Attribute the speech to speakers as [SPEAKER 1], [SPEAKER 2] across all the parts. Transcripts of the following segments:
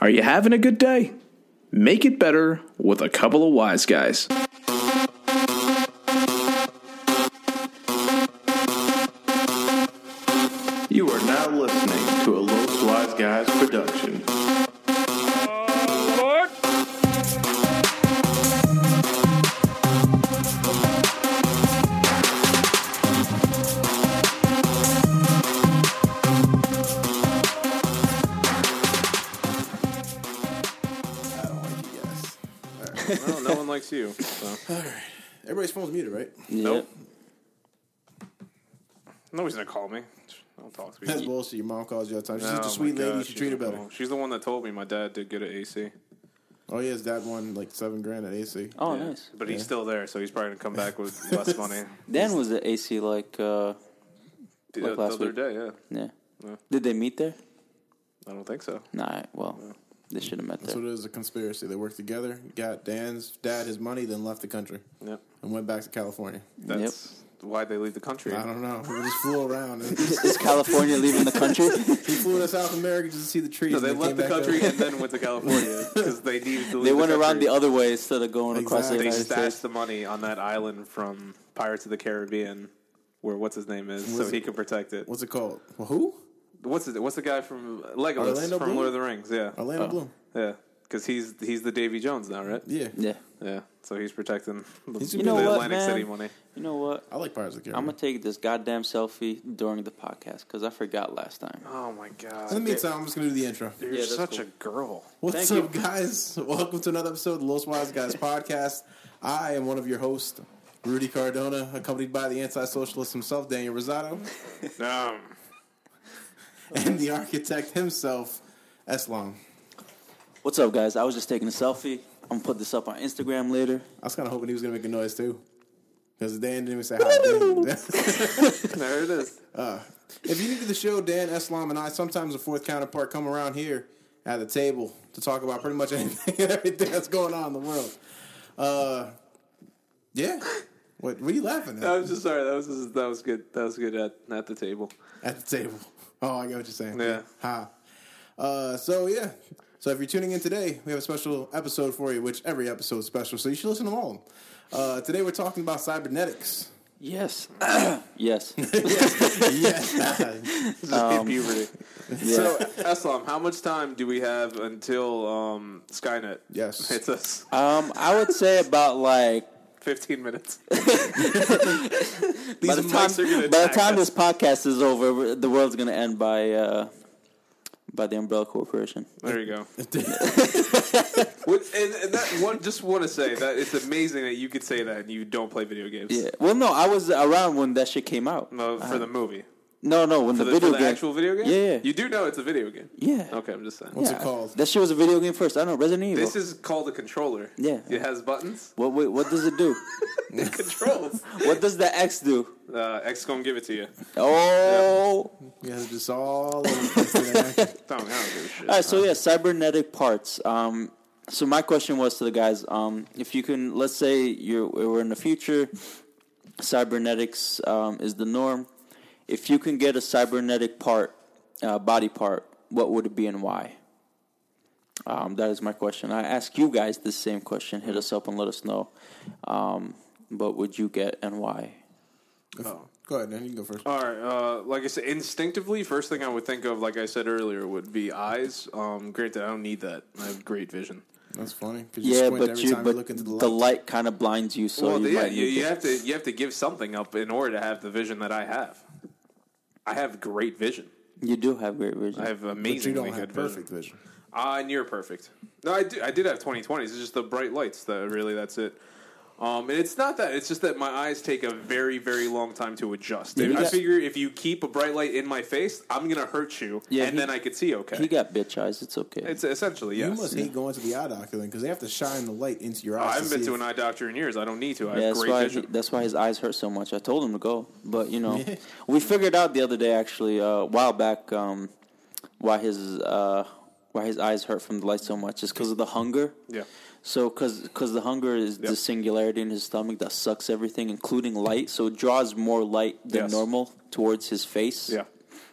[SPEAKER 1] Are you having a good day? Make it better with a couple of wise guys.
[SPEAKER 2] You are now listening to a Los Wise Guys production.
[SPEAKER 3] Oh, I don't like you guys.
[SPEAKER 4] Well, no one likes you. So.
[SPEAKER 3] Everybody's phone's muted, right?
[SPEAKER 4] Nope. Nobody's gonna call me. I'll talk to
[SPEAKER 3] That's
[SPEAKER 4] you.
[SPEAKER 3] bullshit. Your mom calls you all the time. She's
[SPEAKER 4] Oh
[SPEAKER 3] just
[SPEAKER 4] my
[SPEAKER 3] a sweet lady.
[SPEAKER 4] God,
[SPEAKER 3] You should
[SPEAKER 4] she's
[SPEAKER 3] treat her better.
[SPEAKER 4] adorable. She's the one that told me my dad did good at AC,
[SPEAKER 3] Oh yeah, his dad won like seven grand at AC.
[SPEAKER 5] Oh, nice.
[SPEAKER 4] but he's still there, so he's probably gonna come back with less money.
[SPEAKER 5] Dan was at AC like,
[SPEAKER 4] The,
[SPEAKER 5] uh, Like
[SPEAKER 4] the
[SPEAKER 5] last
[SPEAKER 4] other
[SPEAKER 5] week.
[SPEAKER 4] day, yeah.
[SPEAKER 5] yeah.
[SPEAKER 4] Yeah.
[SPEAKER 5] Did they meet there?
[SPEAKER 4] I don't think so.
[SPEAKER 5] Nah, well, they should have met
[SPEAKER 3] That's
[SPEAKER 5] there.
[SPEAKER 3] what it is. A conspiracy. They worked together. Got Dan's dad his money, then left the country
[SPEAKER 4] Yep.
[SPEAKER 3] and went back to California.
[SPEAKER 4] That's why they leave the country.
[SPEAKER 3] I don't know. We just flew around. And
[SPEAKER 5] Is California leaving the country?
[SPEAKER 3] he flew to South America just to see the trees.
[SPEAKER 4] No,
[SPEAKER 3] and
[SPEAKER 4] they
[SPEAKER 3] then
[SPEAKER 4] left
[SPEAKER 3] came
[SPEAKER 4] the
[SPEAKER 3] back
[SPEAKER 4] country
[SPEAKER 3] up.
[SPEAKER 4] and then went to California because they needed to. Leave
[SPEAKER 5] they went
[SPEAKER 4] the
[SPEAKER 5] around
[SPEAKER 4] country.
[SPEAKER 5] the other way instead of going across the
[SPEAKER 3] Exactly.
[SPEAKER 4] They
[SPEAKER 5] United States.
[SPEAKER 4] stashed the money on that island from Pirates of the Caribbean, where what's his name is, so
[SPEAKER 3] it-
[SPEAKER 4] he can protect it.
[SPEAKER 3] What's it called? Well, who?
[SPEAKER 4] What's it? What's the guy from Legolas
[SPEAKER 3] Orlando
[SPEAKER 4] from
[SPEAKER 3] Bloom? Oh,
[SPEAKER 4] Lord of the Rings? Yeah,
[SPEAKER 3] Orlando Bloom.
[SPEAKER 4] yeah, because he's he's the Davy Jones now, right?
[SPEAKER 3] Yeah.
[SPEAKER 5] Yeah.
[SPEAKER 4] Yeah, so he's protecting the,
[SPEAKER 3] He's
[SPEAKER 4] the
[SPEAKER 3] You know
[SPEAKER 5] what,
[SPEAKER 4] Atlantic
[SPEAKER 5] man?
[SPEAKER 4] City money.
[SPEAKER 5] You know what?
[SPEAKER 3] I like Pirates of the
[SPEAKER 5] I'm
[SPEAKER 3] Caribbean.
[SPEAKER 5] going to take this goddamn selfie during the podcast because I forgot last time.
[SPEAKER 4] Oh my god,
[SPEAKER 3] in the meantime, I'm just gonna do the intro.
[SPEAKER 4] you're
[SPEAKER 5] Yeah, that's
[SPEAKER 4] such
[SPEAKER 5] cool.
[SPEAKER 4] a girl.
[SPEAKER 3] What's
[SPEAKER 5] Thank
[SPEAKER 3] up, guys? Welcome to another episode of the Los Wise Guys podcast. I am one of your hosts, Rudy Cardona, accompanied by the anti-socialist himself, Daniel Rosado,
[SPEAKER 4] Um,
[SPEAKER 3] and the architect himself, S. Long.
[SPEAKER 5] What's up, guys? I was just taking a selfie. I'm going to put this up on Instagram later.
[SPEAKER 3] I was kind of hoping he was going to make a noise too, because Dan didn't even say hi. Dan.
[SPEAKER 4] there it is.
[SPEAKER 3] if you need to the show, Dan, S. Long, and I, sometimes a fourth counterpart, come around here at the table to talk about pretty much anything and everything that's going on in the world. Uh, yeah. What, what are you laughing at?
[SPEAKER 4] I was just sorry. That was just, that was good. That was good at at the table.
[SPEAKER 3] at the table. Oh, I get what you're saying.
[SPEAKER 4] Yeah.
[SPEAKER 3] Ha. Uh, so yeah. So if you're tuning in today, we have a special episode for you, which every episode is special. So you should listen to all of them. Uh, today we're talking about cybernetics.
[SPEAKER 5] Yes. yes.
[SPEAKER 3] yeah.
[SPEAKER 4] Just hit
[SPEAKER 5] Um,
[SPEAKER 4] puberty. So, Eslam, how much time do we have until um, Skynet
[SPEAKER 3] Yes.
[SPEAKER 4] hits us?
[SPEAKER 5] Um, I would say about like
[SPEAKER 4] Fifteen minutes.
[SPEAKER 5] by the
[SPEAKER 4] mics
[SPEAKER 5] time
[SPEAKER 4] are gonna
[SPEAKER 5] by the
[SPEAKER 4] attack
[SPEAKER 5] time
[SPEAKER 4] us.
[SPEAKER 5] this podcast is over, the world's gonna end by uh, by the Umbrella Corporation.
[SPEAKER 4] There you go. What- and, and that one, just want to say that it's amazing that you could say that and you don't play video games.
[SPEAKER 5] Yeah. Uh-huh. Well, no, I was around when that shit came out.
[SPEAKER 4] No, for the movie,
[SPEAKER 5] No, no, when
[SPEAKER 4] for
[SPEAKER 5] the
[SPEAKER 4] the,
[SPEAKER 5] video
[SPEAKER 4] for the
[SPEAKER 5] game.
[SPEAKER 4] actual video game.
[SPEAKER 5] Yeah, yeah.
[SPEAKER 4] you do know it's a video game.
[SPEAKER 5] yeah.
[SPEAKER 4] Okay, I'm just saying.
[SPEAKER 3] What's
[SPEAKER 5] Yeah.
[SPEAKER 3] it called?
[SPEAKER 5] That shit was a video game first. I don't know Resident Evil.
[SPEAKER 4] This is called a controller.
[SPEAKER 5] Yeah.
[SPEAKER 4] it has buttons.
[SPEAKER 5] what wait, what does it do?
[SPEAKER 4] It controls.
[SPEAKER 5] what does the X do?
[SPEAKER 4] Uh, X gonna give it to you.
[SPEAKER 5] Oh.
[SPEAKER 3] You guys are just all over the place today.
[SPEAKER 4] Don't, I don't give a shit.
[SPEAKER 5] All right, so yeah, cybernetic parts. Um, so my question was to the guys: um, if you can, let's say you're we're in the future, cybernetics um, is the norm. If you can get a cybernetic part, uh, body part, what would it be and why? Um, that is my question. I ask you guys the same question. Hit us up and let us know. Um, what would you get and why?
[SPEAKER 4] Oh.
[SPEAKER 3] Go ahead, Dan. You can go first.
[SPEAKER 4] All right. Uh, like I said, instinctively, first thing I would think of, like I said earlier, would be eyes. Um, granted, I don't need that. I have great vision.
[SPEAKER 3] That's funny because you
[SPEAKER 5] Yeah,
[SPEAKER 3] squint
[SPEAKER 5] but
[SPEAKER 3] every
[SPEAKER 5] you
[SPEAKER 3] time you
[SPEAKER 5] but
[SPEAKER 3] look into the light.
[SPEAKER 5] the light kind of blinds you, so
[SPEAKER 4] well,
[SPEAKER 5] you
[SPEAKER 4] yeah,
[SPEAKER 5] might
[SPEAKER 4] you,
[SPEAKER 5] need
[SPEAKER 4] you
[SPEAKER 5] it.
[SPEAKER 4] have to you have to give something up in order to have the vision that I have. I have great vision.
[SPEAKER 5] you do have great vision.
[SPEAKER 4] I have
[SPEAKER 3] but you
[SPEAKER 4] amazingly
[SPEAKER 3] don't
[SPEAKER 4] good
[SPEAKER 3] have perfect
[SPEAKER 4] perfect. vision.
[SPEAKER 3] vision.
[SPEAKER 4] Ah, near perfect. No, I do. I did have 2020s. It's just the bright lights that really. That's it. Um, and it's not that. It's just that my eyes take a very, very long time to adjust.
[SPEAKER 5] Yeah, he
[SPEAKER 4] I
[SPEAKER 5] got-
[SPEAKER 4] figure if you keep a bright light in my face, I'm gonna hurt you,
[SPEAKER 5] Yeah,
[SPEAKER 4] and
[SPEAKER 5] he-
[SPEAKER 4] then I could see okay.
[SPEAKER 5] He got bitch eyes. It's okay.
[SPEAKER 4] It's essentially
[SPEAKER 3] You
[SPEAKER 4] yes. Oh,
[SPEAKER 3] must hate going to the eye doctor then because they have to shine the light into your
[SPEAKER 4] I
[SPEAKER 3] eyes.
[SPEAKER 4] haven't been
[SPEAKER 3] see
[SPEAKER 4] to
[SPEAKER 3] if-
[SPEAKER 4] an eye doctor in years. I don't need to. I
[SPEAKER 5] yeah,
[SPEAKER 4] have
[SPEAKER 5] that's
[SPEAKER 4] great
[SPEAKER 5] why. He,
[SPEAKER 4] vision.
[SPEAKER 5] that's why his eyes hurt so much. I told him to go, but you know, we figured out the other day, actually, uh, a while back, um, why his uh, why his eyes hurt from the light so much is because of the hunger.
[SPEAKER 4] Yeah.
[SPEAKER 5] So, because the hunger is the singularity in his stomach that sucks everything, including light. So it draws more light than
[SPEAKER 4] Yes.
[SPEAKER 5] normal towards his face.
[SPEAKER 4] Yeah.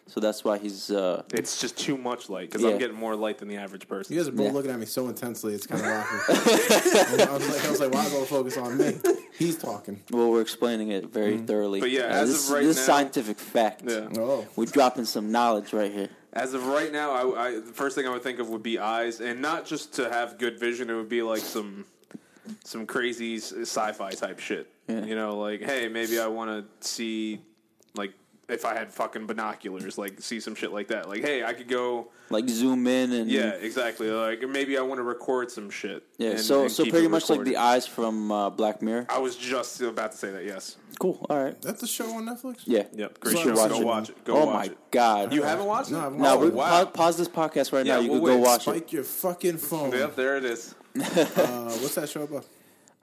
[SPEAKER 5] So that's why he's. Uh,
[SPEAKER 4] It's just too much light because
[SPEAKER 5] Yeah.
[SPEAKER 4] I'm getting more light than the average person.
[SPEAKER 3] You guys are both
[SPEAKER 5] Yeah.
[SPEAKER 3] looking at me so intensely. It's kind of awkward. And I was like, I was like, why is all the focus on me? He's talking.
[SPEAKER 5] well, we're explaining it very thoroughly.
[SPEAKER 4] Mm-hmm. But yeah,
[SPEAKER 5] Uh,
[SPEAKER 4] as
[SPEAKER 5] this,
[SPEAKER 4] of right
[SPEAKER 5] this
[SPEAKER 4] now-
[SPEAKER 5] scientific fact.
[SPEAKER 4] Yeah.
[SPEAKER 3] Oh,
[SPEAKER 5] We're dropping some knowledge right here.
[SPEAKER 4] As of right now, I, I the first thing I would think of would be eyes, and not just to have good vision. It would be like some some crazy s- sci-fi type shit.
[SPEAKER 5] Yeah.
[SPEAKER 4] You know, like hey, maybe I want to see like if I had fucking binoculars, like see some shit like that. Like hey, I could go.
[SPEAKER 5] Like zoom in and
[SPEAKER 4] Yeah, exactly. Like maybe I want to record some shit.
[SPEAKER 5] Yeah,
[SPEAKER 4] and-
[SPEAKER 5] so
[SPEAKER 4] and
[SPEAKER 5] so
[SPEAKER 4] keep
[SPEAKER 5] pretty
[SPEAKER 4] it
[SPEAKER 5] much like the
[SPEAKER 4] recorded.
[SPEAKER 5] eyes from uh, Black Mirror.
[SPEAKER 4] I was just about to say that. Yes.
[SPEAKER 5] Cool. All right.
[SPEAKER 3] that's the show on Netflix.
[SPEAKER 5] Yeah.
[SPEAKER 4] Yep. Great
[SPEAKER 3] So
[SPEAKER 4] show.
[SPEAKER 3] watch
[SPEAKER 4] Go
[SPEAKER 3] it.
[SPEAKER 4] watch it. Go
[SPEAKER 5] oh
[SPEAKER 4] watch
[SPEAKER 5] my
[SPEAKER 4] it.
[SPEAKER 5] god.
[SPEAKER 4] You haven't watched it?
[SPEAKER 3] No, I've
[SPEAKER 5] now
[SPEAKER 3] watched
[SPEAKER 5] we
[SPEAKER 3] it.
[SPEAKER 4] wow.
[SPEAKER 5] pa- pause this podcast right
[SPEAKER 4] Yeah,
[SPEAKER 5] now. You
[SPEAKER 4] we'll
[SPEAKER 5] can go
[SPEAKER 4] wait.
[SPEAKER 5] watch it.
[SPEAKER 3] Spike your fucking phone.
[SPEAKER 4] Yep, there it is.
[SPEAKER 3] Uh, what's that show about?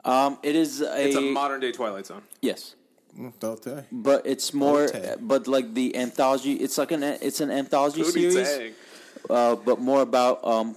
[SPEAKER 5] Um, it is a,
[SPEAKER 4] It's a modern day Twilight Zone.
[SPEAKER 5] yes,
[SPEAKER 3] Mm, Don't tell.
[SPEAKER 5] but it's more,
[SPEAKER 3] Okay.
[SPEAKER 5] but like the anthology. It's like an it's an anthology
[SPEAKER 4] Booty
[SPEAKER 5] series,
[SPEAKER 4] tag.
[SPEAKER 5] uh, but more about um,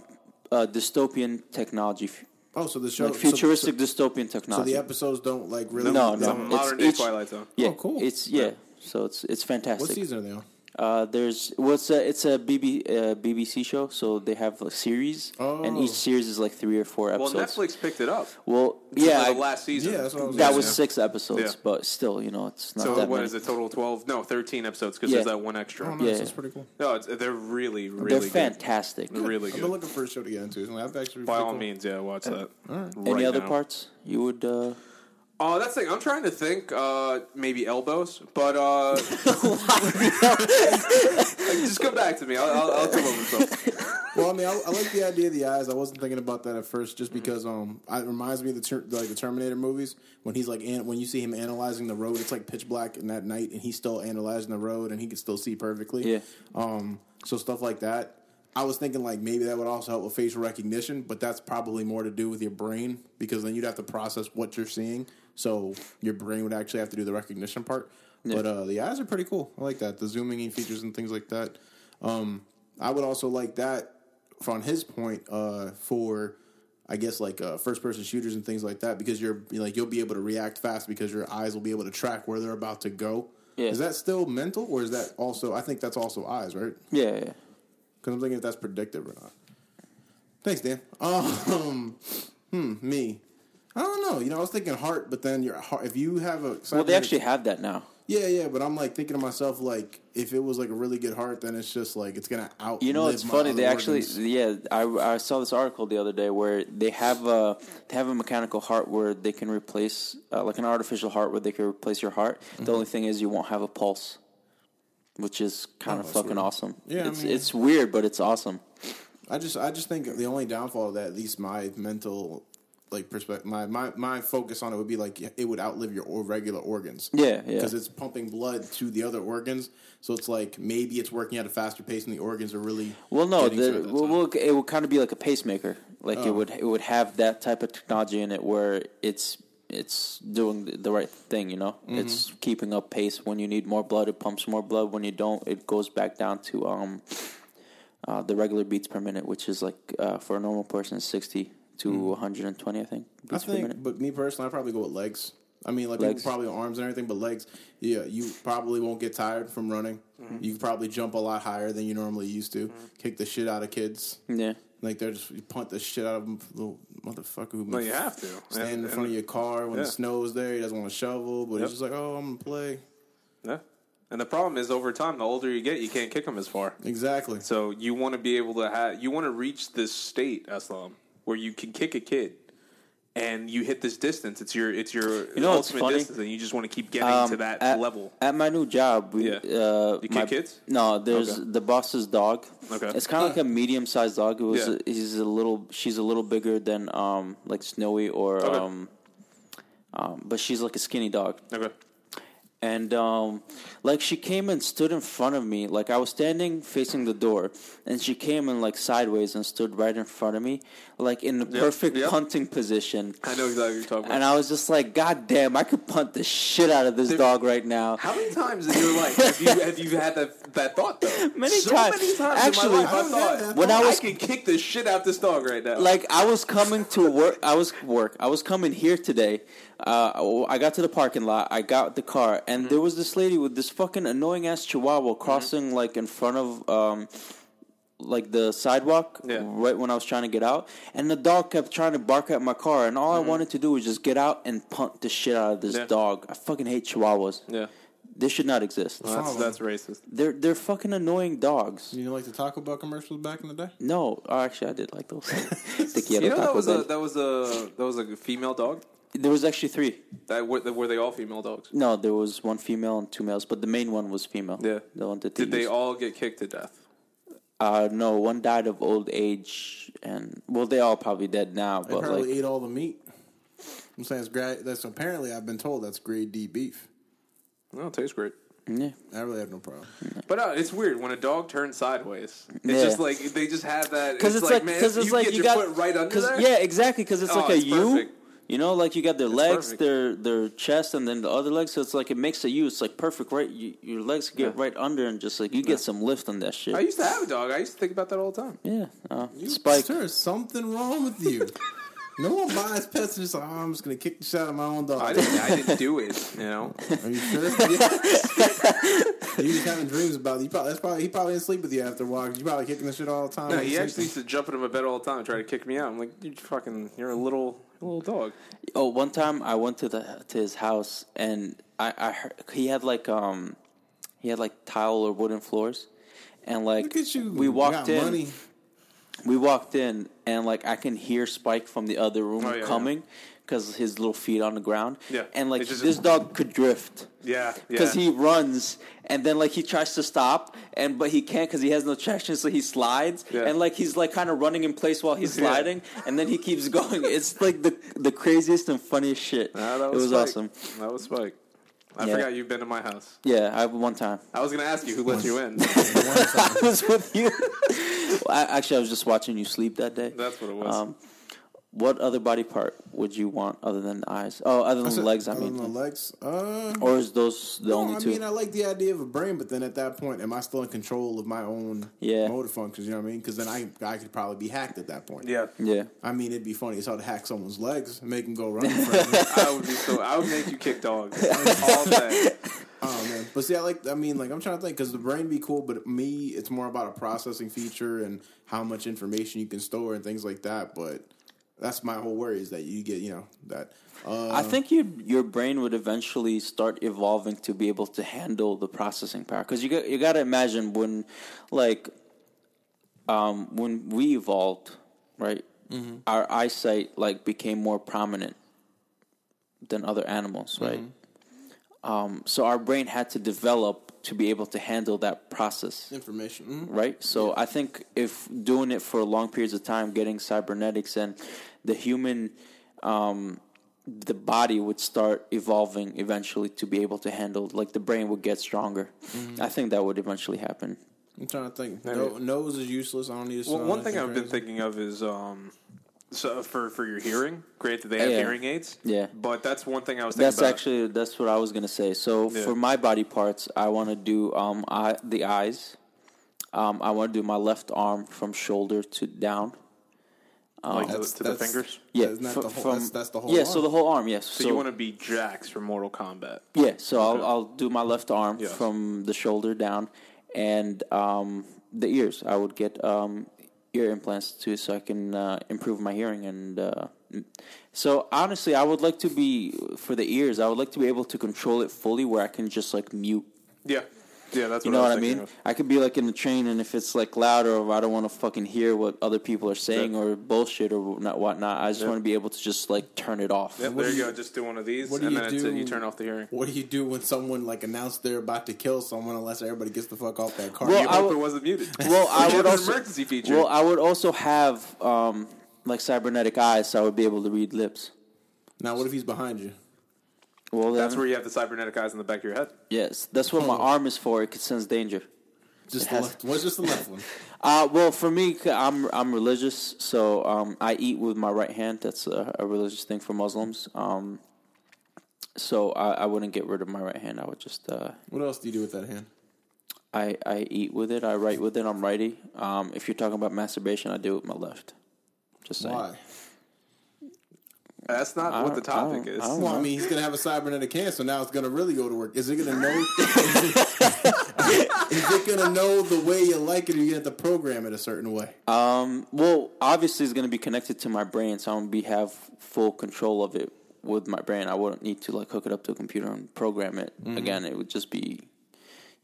[SPEAKER 5] uh, dystopian technology, f-
[SPEAKER 3] Oh, so the show.
[SPEAKER 5] like
[SPEAKER 3] so-
[SPEAKER 5] futuristic dystopian
[SPEAKER 3] So, so
[SPEAKER 5] technology.
[SPEAKER 3] the episodes don't like really.
[SPEAKER 5] no,
[SPEAKER 3] it's
[SPEAKER 5] no,
[SPEAKER 4] a
[SPEAKER 3] not-
[SPEAKER 4] modern
[SPEAKER 5] it's
[SPEAKER 4] day
[SPEAKER 5] each-
[SPEAKER 4] Twilight Zone.
[SPEAKER 5] yeah,
[SPEAKER 3] Oh, cool.
[SPEAKER 5] It's yeah. So it's it's fantastic.
[SPEAKER 3] What season are they on?
[SPEAKER 5] Uh, there's what's a, it's a BB, uh, BBC show, so they have a series, and
[SPEAKER 3] Oh.
[SPEAKER 5] each series is like three or four
[SPEAKER 4] Well,
[SPEAKER 5] episodes.
[SPEAKER 4] Netflix picked it up.
[SPEAKER 5] Well, yeah,
[SPEAKER 4] For
[SPEAKER 5] I-
[SPEAKER 4] the last season.
[SPEAKER 3] Yeah, that's what I was.
[SPEAKER 5] that
[SPEAKER 3] gonna
[SPEAKER 5] was
[SPEAKER 3] say.
[SPEAKER 5] six episodes,
[SPEAKER 4] Yeah.
[SPEAKER 5] but still, you know, it's not
[SPEAKER 4] so
[SPEAKER 5] that
[SPEAKER 4] what
[SPEAKER 5] many.
[SPEAKER 4] is it? Total twelve? No, thirteen episodes because
[SPEAKER 5] Yeah.
[SPEAKER 4] there's that one extra.
[SPEAKER 3] Oh,
[SPEAKER 4] No,
[SPEAKER 3] nice.
[SPEAKER 5] yeah.
[SPEAKER 3] That's pretty cool.
[SPEAKER 4] it's, they're really, really
[SPEAKER 5] They're
[SPEAKER 4] good.
[SPEAKER 5] fantastic.
[SPEAKER 4] Really
[SPEAKER 3] I've been
[SPEAKER 4] good.
[SPEAKER 3] looking for a show to get into. So I've actually
[SPEAKER 4] By
[SPEAKER 3] pretty
[SPEAKER 4] all
[SPEAKER 3] cool.
[SPEAKER 4] means, yeah, watch that.
[SPEAKER 5] Any
[SPEAKER 4] Right
[SPEAKER 5] other
[SPEAKER 4] now.
[SPEAKER 5] parts you would? Uh,
[SPEAKER 4] Oh, that's the thing. I'm trying to think. Uh, maybe elbows, but uh, just come back to me. I'll, I'll, I'll come up with something.
[SPEAKER 3] Well, I mean, I, I like the idea of the eyes. I wasn't thinking about that at first, just because um, I- it reminds me of the ter- like the Terminator movies when he's like an- when you see him analyzing the road, it's like pitch black and that night, and he's still analyzing the road, and he can still see perfectly.
[SPEAKER 5] Yeah.
[SPEAKER 3] Um. So stuff like that. I was thinking like maybe that would also help with facial recognition, but that's probably more to do with your brain because then you'd have to process what you're seeing. So your brain would actually have to do the recognition part. But uh, the eyes are pretty cool. I like that. The zooming in features and things like that. Um, I would also like that from his point uh, for I guess like uh, first person shooters and things like that because you're like you'll be able to react fast because your eyes will be able to track where they're about to go.
[SPEAKER 5] Yeah.
[SPEAKER 3] Is that still mental or is that also I think that's also eyes, right?
[SPEAKER 5] yeah, yeah.
[SPEAKER 3] Because I'm thinking if that's predictive or not. Thanks, Dan. Um, hmm, me. I don't know. You know, I was thinking heart, but then your heart. If you have a
[SPEAKER 5] Well, they actually have that now.
[SPEAKER 3] yeah, yeah. But I'm like thinking to myself, like, if it was like a really good heart, then it's just like it's gonna out.
[SPEAKER 5] You know, it's funny. They actually, yeah, I, I saw this article the other day where they have a they have a mechanical heart where they can replace uh, like an artificial heart where they can replace your heart.
[SPEAKER 3] Mm-hmm.
[SPEAKER 5] The only thing is you won't have a pulse, which is kind of
[SPEAKER 3] Oh, that's
[SPEAKER 5] fucking
[SPEAKER 3] weird.
[SPEAKER 5] awesome.
[SPEAKER 3] Yeah, I
[SPEAKER 5] it's
[SPEAKER 3] mean-
[SPEAKER 5] it's weird, but it's awesome.
[SPEAKER 3] I just, I just think the only downfall of that, at least my mental, like perspective, my, my my focus on it would be like it would outlive your or- regular organs.
[SPEAKER 5] Yeah, yeah.
[SPEAKER 3] Because it's pumping blood to the other organs, so it's like maybe it's working at a faster pace, and the organs are really
[SPEAKER 5] Well, no,
[SPEAKER 3] getting to it Oh.
[SPEAKER 5] the,
[SPEAKER 3] at that
[SPEAKER 5] well,
[SPEAKER 3] time.
[SPEAKER 5] well, it would kind of be like a pacemaker. Like it would it would have that type of technology in it where it's it's doing the- the right thing. You know,
[SPEAKER 3] Mm-hmm.
[SPEAKER 5] it's keeping up pace. When you need more blood, it pumps more blood. When you don't, it goes back down to um uh, the regular beats per minute, which is like uh, for a normal person is sixty to one hundred and twenty. I think
[SPEAKER 3] Mm-hmm. I
[SPEAKER 5] beats per minute.
[SPEAKER 3] think, but me personally, I probably go with legs. I mean, like
[SPEAKER 5] Legs.
[SPEAKER 3] people probably arms and everything, but legs. Yeah, you probably won't get tired from running. You probably jump a lot higher than you normally used to. Kick the shit out of kids.
[SPEAKER 5] Yeah,
[SPEAKER 3] Like they're just you punt the shit out of them, little motherfucker who
[SPEAKER 4] No, you have to.
[SPEAKER 3] standing
[SPEAKER 4] And-
[SPEAKER 3] in front
[SPEAKER 4] and-
[SPEAKER 3] of your car when
[SPEAKER 4] yeah.
[SPEAKER 3] the snow's there. He doesn't want to shovel, but
[SPEAKER 4] Yep.
[SPEAKER 3] he's just like, oh, I'm gonna play.
[SPEAKER 4] Yeah. And the problem is, over time, the older you get, you can't kick them as far.
[SPEAKER 3] Exactly.
[SPEAKER 4] So you want to be able to have, you want to reach this state, Aslam, where you can kick a kid, and you hit this distance. It's your, it's your
[SPEAKER 5] know what's
[SPEAKER 4] ultimate
[SPEAKER 5] funny?
[SPEAKER 4] distance, and you just want to keep getting to
[SPEAKER 5] Um,
[SPEAKER 4] that
[SPEAKER 5] at,
[SPEAKER 4] level.
[SPEAKER 5] At my new job, we,
[SPEAKER 4] Yeah.
[SPEAKER 5] uh,
[SPEAKER 4] You
[SPEAKER 5] my,
[SPEAKER 4] kick kids?
[SPEAKER 5] No, there's
[SPEAKER 4] Okay.
[SPEAKER 5] the boss's dog.
[SPEAKER 4] Okay.
[SPEAKER 5] it's kind of like a medium-sized dog. It was
[SPEAKER 4] Yeah.
[SPEAKER 5] he's a little, she's a little bigger than um like Snowy or
[SPEAKER 4] Okay.
[SPEAKER 5] um, um, but she's like a skinny dog
[SPEAKER 4] Okay.
[SPEAKER 5] and um, like she came and stood in front of me like i was standing facing the door and she came and like sideways and stood right in front of me like in the perfect
[SPEAKER 4] yep.
[SPEAKER 5] punting position
[SPEAKER 4] I know exactly what you're talking about.
[SPEAKER 5] and i was just like god damn i could punt the shit out of this dog right now
[SPEAKER 4] How many times in your life have you have you had that that that thought though.
[SPEAKER 5] Many
[SPEAKER 4] so
[SPEAKER 5] times.
[SPEAKER 4] many times
[SPEAKER 5] Actually,
[SPEAKER 4] in my life, I
[SPEAKER 3] I've had
[SPEAKER 4] thought
[SPEAKER 3] that
[SPEAKER 5] when I
[SPEAKER 4] I
[SPEAKER 5] was
[SPEAKER 4] could kick the shit out this dog right now.
[SPEAKER 5] like I was coming to work. I was work. I was coming here today. Uh, I got to the parking lot. I got the car,
[SPEAKER 4] Mm-hmm.
[SPEAKER 5] and there was this lady with this fucking annoying ass chihuahua crossing like in front of um, like the sidewalk.
[SPEAKER 4] Yeah.
[SPEAKER 5] Right when I was trying to get out, and the dog kept trying to bark at my car, and all I wanted to do was just get out and punt the shit out of this
[SPEAKER 4] Mm-hmm. Yeah.
[SPEAKER 5] dog. I fucking hate chihuahuas.
[SPEAKER 4] yeah, Oh.
[SPEAKER 5] They should not exist.
[SPEAKER 4] that's
[SPEAKER 3] Problem.
[SPEAKER 4] that's racist.
[SPEAKER 5] They're they're fucking annoying dogs.
[SPEAKER 3] You know, like the Taco Bell commercials back in the day?
[SPEAKER 5] No, oh, actually, I did like those. The
[SPEAKER 4] You know
[SPEAKER 5] Taco
[SPEAKER 4] that was a
[SPEAKER 5] Bell.
[SPEAKER 4] that was a that was a female dog.
[SPEAKER 5] there was actually three.
[SPEAKER 4] That were, were they all female dogs?
[SPEAKER 5] No, there was one female and two males, but the main one was female.
[SPEAKER 4] Yeah.
[SPEAKER 5] the one that
[SPEAKER 4] Did
[SPEAKER 5] they
[SPEAKER 4] they
[SPEAKER 5] used.
[SPEAKER 4] all get kicked to death?
[SPEAKER 5] Uh, no, one died of old age, and well, they all probably dead now.
[SPEAKER 3] They
[SPEAKER 5] But
[SPEAKER 3] probably
[SPEAKER 5] like,
[SPEAKER 3] ate all the meat. I'm saying it's great. That's apparently I've been told that's grade D beef.
[SPEAKER 4] No, it tastes great.
[SPEAKER 5] yeah.
[SPEAKER 3] I really have no problem.
[SPEAKER 4] But uh, it's weird when a dog turns sideways. It's
[SPEAKER 5] Yeah.
[SPEAKER 4] just like they just have that.
[SPEAKER 5] because it's, like
[SPEAKER 4] man,
[SPEAKER 5] because it's
[SPEAKER 4] you
[SPEAKER 5] like
[SPEAKER 4] get
[SPEAKER 5] you
[SPEAKER 4] your
[SPEAKER 5] got
[SPEAKER 4] foot right under
[SPEAKER 5] 'cause-
[SPEAKER 4] there.
[SPEAKER 5] Yeah, exactly. Because it's
[SPEAKER 4] Oh,
[SPEAKER 5] like a
[SPEAKER 4] it's
[SPEAKER 5] U.
[SPEAKER 4] perfect.
[SPEAKER 5] You know, like you got their legs,
[SPEAKER 4] perfect.
[SPEAKER 5] their their chest, and then the other leg. So it's like it makes a U. It's like perfect, right? You, your legs get right under, and just like you get some lift on that shit.
[SPEAKER 4] I used to have a dog. I used to think about that all the time.
[SPEAKER 5] yeah, uh,
[SPEAKER 3] You,
[SPEAKER 5] Spike.
[SPEAKER 3] Sir, something wrong with you. no one buys pets and just like, oh, I'm just going to kick the shit out of my own
[SPEAKER 4] I
[SPEAKER 3] dog.
[SPEAKER 4] didn't. I didn't do it. You know.
[SPEAKER 3] Are you sure? you just having dreams about it. You probably, that's probably, he probably didn't sleep with you after a while. You probably kicking the shit all the time.
[SPEAKER 4] No,
[SPEAKER 3] He's
[SPEAKER 4] he
[SPEAKER 3] like,
[SPEAKER 4] actually used to jump into my bed all the time and try to kick me out. I'm like, you fucking, you're a little, a little dog.
[SPEAKER 5] Oh, one time I went to the to his house and I, I heard, he had like um he had like tile or wooden floors and like
[SPEAKER 3] Look at you.
[SPEAKER 5] we
[SPEAKER 3] You
[SPEAKER 5] walked
[SPEAKER 3] got
[SPEAKER 5] in
[SPEAKER 3] Money.
[SPEAKER 5] we walked in and like I can hear Spike from the other room
[SPEAKER 4] Oh, yeah,
[SPEAKER 5] coming because his little feet on the ground
[SPEAKER 4] Yeah.
[SPEAKER 5] and like
[SPEAKER 4] It's just-
[SPEAKER 5] this dog could drift
[SPEAKER 4] Yeah,
[SPEAKER 5] because
[SPEAKER 4] yeah.
[SPEAKER 5] he runs and then like he tries to stop and but he can't because he has no traction so he slides
[SPEAKER 4] Yeah.
[SPEAKER 5] and like he's like kind of running in place while he's
[SPEAKER 4] Yeah.
[SPEAKER 5] sliding and then he keeps going it's like the the craziest and funniest shit
[SPEAKER 4] Nah, that
[SPEAKER 5] it was
[SPEAKER 4] Spike.
[SPEAKER 5] awesome
[SPEAKER 4] That was Spike. I
[SPEAKER 5] Yeah.
[SPEAKER 4] forgot you've been to my house.
[SPEAKER 5] yeah I one time
[SPEAKER 4] I was gonna ask you who let you in.
[SPEAKER 5] I was with you Well, I, actually I was just watching you sleep that day
[SPEAKER 4] That's what it was.
[SPEAKER 5] um, what other body part would you want other than the eyes oh other than the legs I
[SPEAKER 3] Other
[SPEAKER 5] mean
[SPEAKER 3] than the legs. Uh,
[SPEAKER 5] or is those the
[SPEAKER 3] no,
[SPEAKER 5] only
[SPEAKER 3] I
[SPEAKER 5] two
[SPEAKER 3] mean, I like the idea of a brain, but then at that point, am I still in control of my own
[SPEAKER 5] Yeah.
[SPEAKER 3] motor functions? You know what I mean? Because then I, I could probably be hacked at that point.
[SPEAKER 4] yeah,
[SPEAKER 5] yeah
[SPEAKER 3] I mean, it'd be funny as hell to hack someone's legs and make them go running forever.
[SPEAKER 4] I would be so. I would make you kick dogs all day.
[SPEAKER 3] oh, man. But see, I like, I mean, like, I'm trying to think because the brain be cool, but me, it's more about a processing feature and how much information you can store and things like that. But that's my whole worry is that you get, you know, that. Uh,
[SPEAKER 5] I think you your brain would eventually start evolving to be able to handle the processing power because you got you got to imagine when like um, when we evolved right our eyesight like became more prominent than other animals right um, so our brain had to develop to be able to handle that process
[SPEAKER 3] information. Mhm.
[SPEAKER 5] right? So I think if doing it for long periods of time, getting cybernetics and the human, um, the body would start evolving eventually to be able to handle. Like the brain would get stronger. I think that would eventually happen.
[SPEAKER 3] I'm trying to Mm-hmm. think. No, nose is useless. I don't need to
[SPEAKER 4] Well,
[SPEAKER 3] sound
[SPEAKER 4] one thing
[SPEAKER 3] anything
[SPEAKER 4] I've been
[SPEAKER 3] crazy.
[SPEAKER 4] thinking of is um, so for for your hearing. Great that they have
[SPEAKER 5] Yeah.
[SPEAKER 4] hearing aids.
[SPEAKER 5] Yeah.
[SPEAKER 4] but that's one thing I was thinking
[SPEAKER 5] That's
[SPEAKER 4] about.
[SPEAKER 5] actually that's what I was gonna say. So
[SPEAKER 4] Yeah.
[SPEAKER 5] for my body parts, I want to do um, I, the eyes. Um, I want to do my left arm from shoulder to down.
[SPEAKER 4] like to,
[SPEAKER 3] That's-
[SPEAKER 4] to the
[SPEAKER 3] that's-
[SPEAKER 4] fingers.
[SPEAKER 5] Yeah,
[SPEAKER 3] That's not
[SPEAKER 5] fr-
[SPEAKER 3] the whole- that's- that's the whole
[SPEAKER 5] Yeah, so
[SPEAKER 3] arm.
[SPEAKER 5] the whole arm. Yes.
[SPEAKER 4] So, you want to be Jax from Mortal Kombat?
[SPEAKER 5] Yeah, so I'll, I'll do my left arm
[SPEAKER 4] Yes.
[SPEAKER 5] from the shoulder down, and um, the ears. I would get um, ear implants too, so I can uh, improve my hearing. And uh, m- so, honestly, I would like to be for the ears. I would like to be able to control it fully, where I can just like mute.
[SPEAKER 4] Yeah, yeah. That's
[SPEAKER 5] You
[SPEAKER 4] what
[SPEAKER 5] know
[SPEAKER 4] I was
[SPEAKER 5] what I
[SPEAKER 4] thinking
[SPEAKER 5] mean?
[SPEAKER 4] of.
[SPEAKER 5] I could be like in the train, and if it's like loud or if I don't want to fucking hear what other people are saying
[SPEAKER 4] Yeah.
[SPEAKER 5] or bullshit or not whatnot, I just want to be able to just like turn it off.
[SPEAKER 4] Yep, there you go. Just do one of these,
[SPEAKER 3] what do
[SPEAKER 4] and
[SPEAKER 3] you
[SPEAKER 4] then it's it.
[SPEAKER 3] do-
[SPEAKER 4] you turn off the hearing.
[SPEAKER 3] What do you do when someone like announced they're about to kill someone unless everybody gets the fuck off that car?
[SPEAKER 5] Well,
[SPEAKER 4] You
[SPEAKER 5] I
[SPEAKER 4] hope
[SPEAKER 5] would-
[SPEAKER 4] it wasn't muted.
[SPEAKER 5] Well, I
[SPEAKER 4] Which
[SPEAKER 5] would
[SPEAKER 4] is an
[SPEAKER 5] also
[SPEAKER 4] emergency feature.
[SPEAKER 5] Well, I would also have um, like cybernetic eyes, so I would be able to read lips.
[SPEAKER 3] now what if he's behind you?
[SPEAKER 5] Well,
[SPEAKER 4] that's
[SPEAKER 5] then-
[SPEAKER 4] where Hmm. you have the cybernetic eyes in the back of your head.
[SPEAKER 5] yes, that's what my arm is for. It could sense danger.
[SPEAKER 3] Just the
[SPEAKER 5] has-
[SPEAKER 3] left. What's just the left one?
[SPEAKER 5] Uh, well, for me, c- I'm I'm religious, so um, I eat with my right hand. That's a, a religious thing for Muslims. Um, so I, I wouldn't get rid of my right hand. I would just uh,
[SPEAKER 3] What else do you do with that hand?
[SPEAKER 5] I, I eat with it. I write with it. I'm righty. Um, if you're talking about masturbation, I do it with my left. Just saying.
[SPEAKER 3] Why?
[SPEAKER 4] That's not
[SPEAKER 5] I
[SPEAKER 4] what the
[SPEAKER 5] don't- I don't-
[SPEAKER 4] topic is.
[SPEAKER 5] I don't-
[SPEAKER 3] Well, I mean, he's gonna have a cybernetic cancer now. It's gonna really go to work. Is it gonna know? is, it, is it gonna know the way you like it, or you have to program it a certain way?
[SPEAKER 5] Um, well, obviously, it's going to be connected to my brain, so I'm going to be have full control of it with my brain. I wouldn't need to like hook it up to a computer and program it
[SPEAKER 3] Mm-hmm.
[SPEAKER 5] again. It would just be,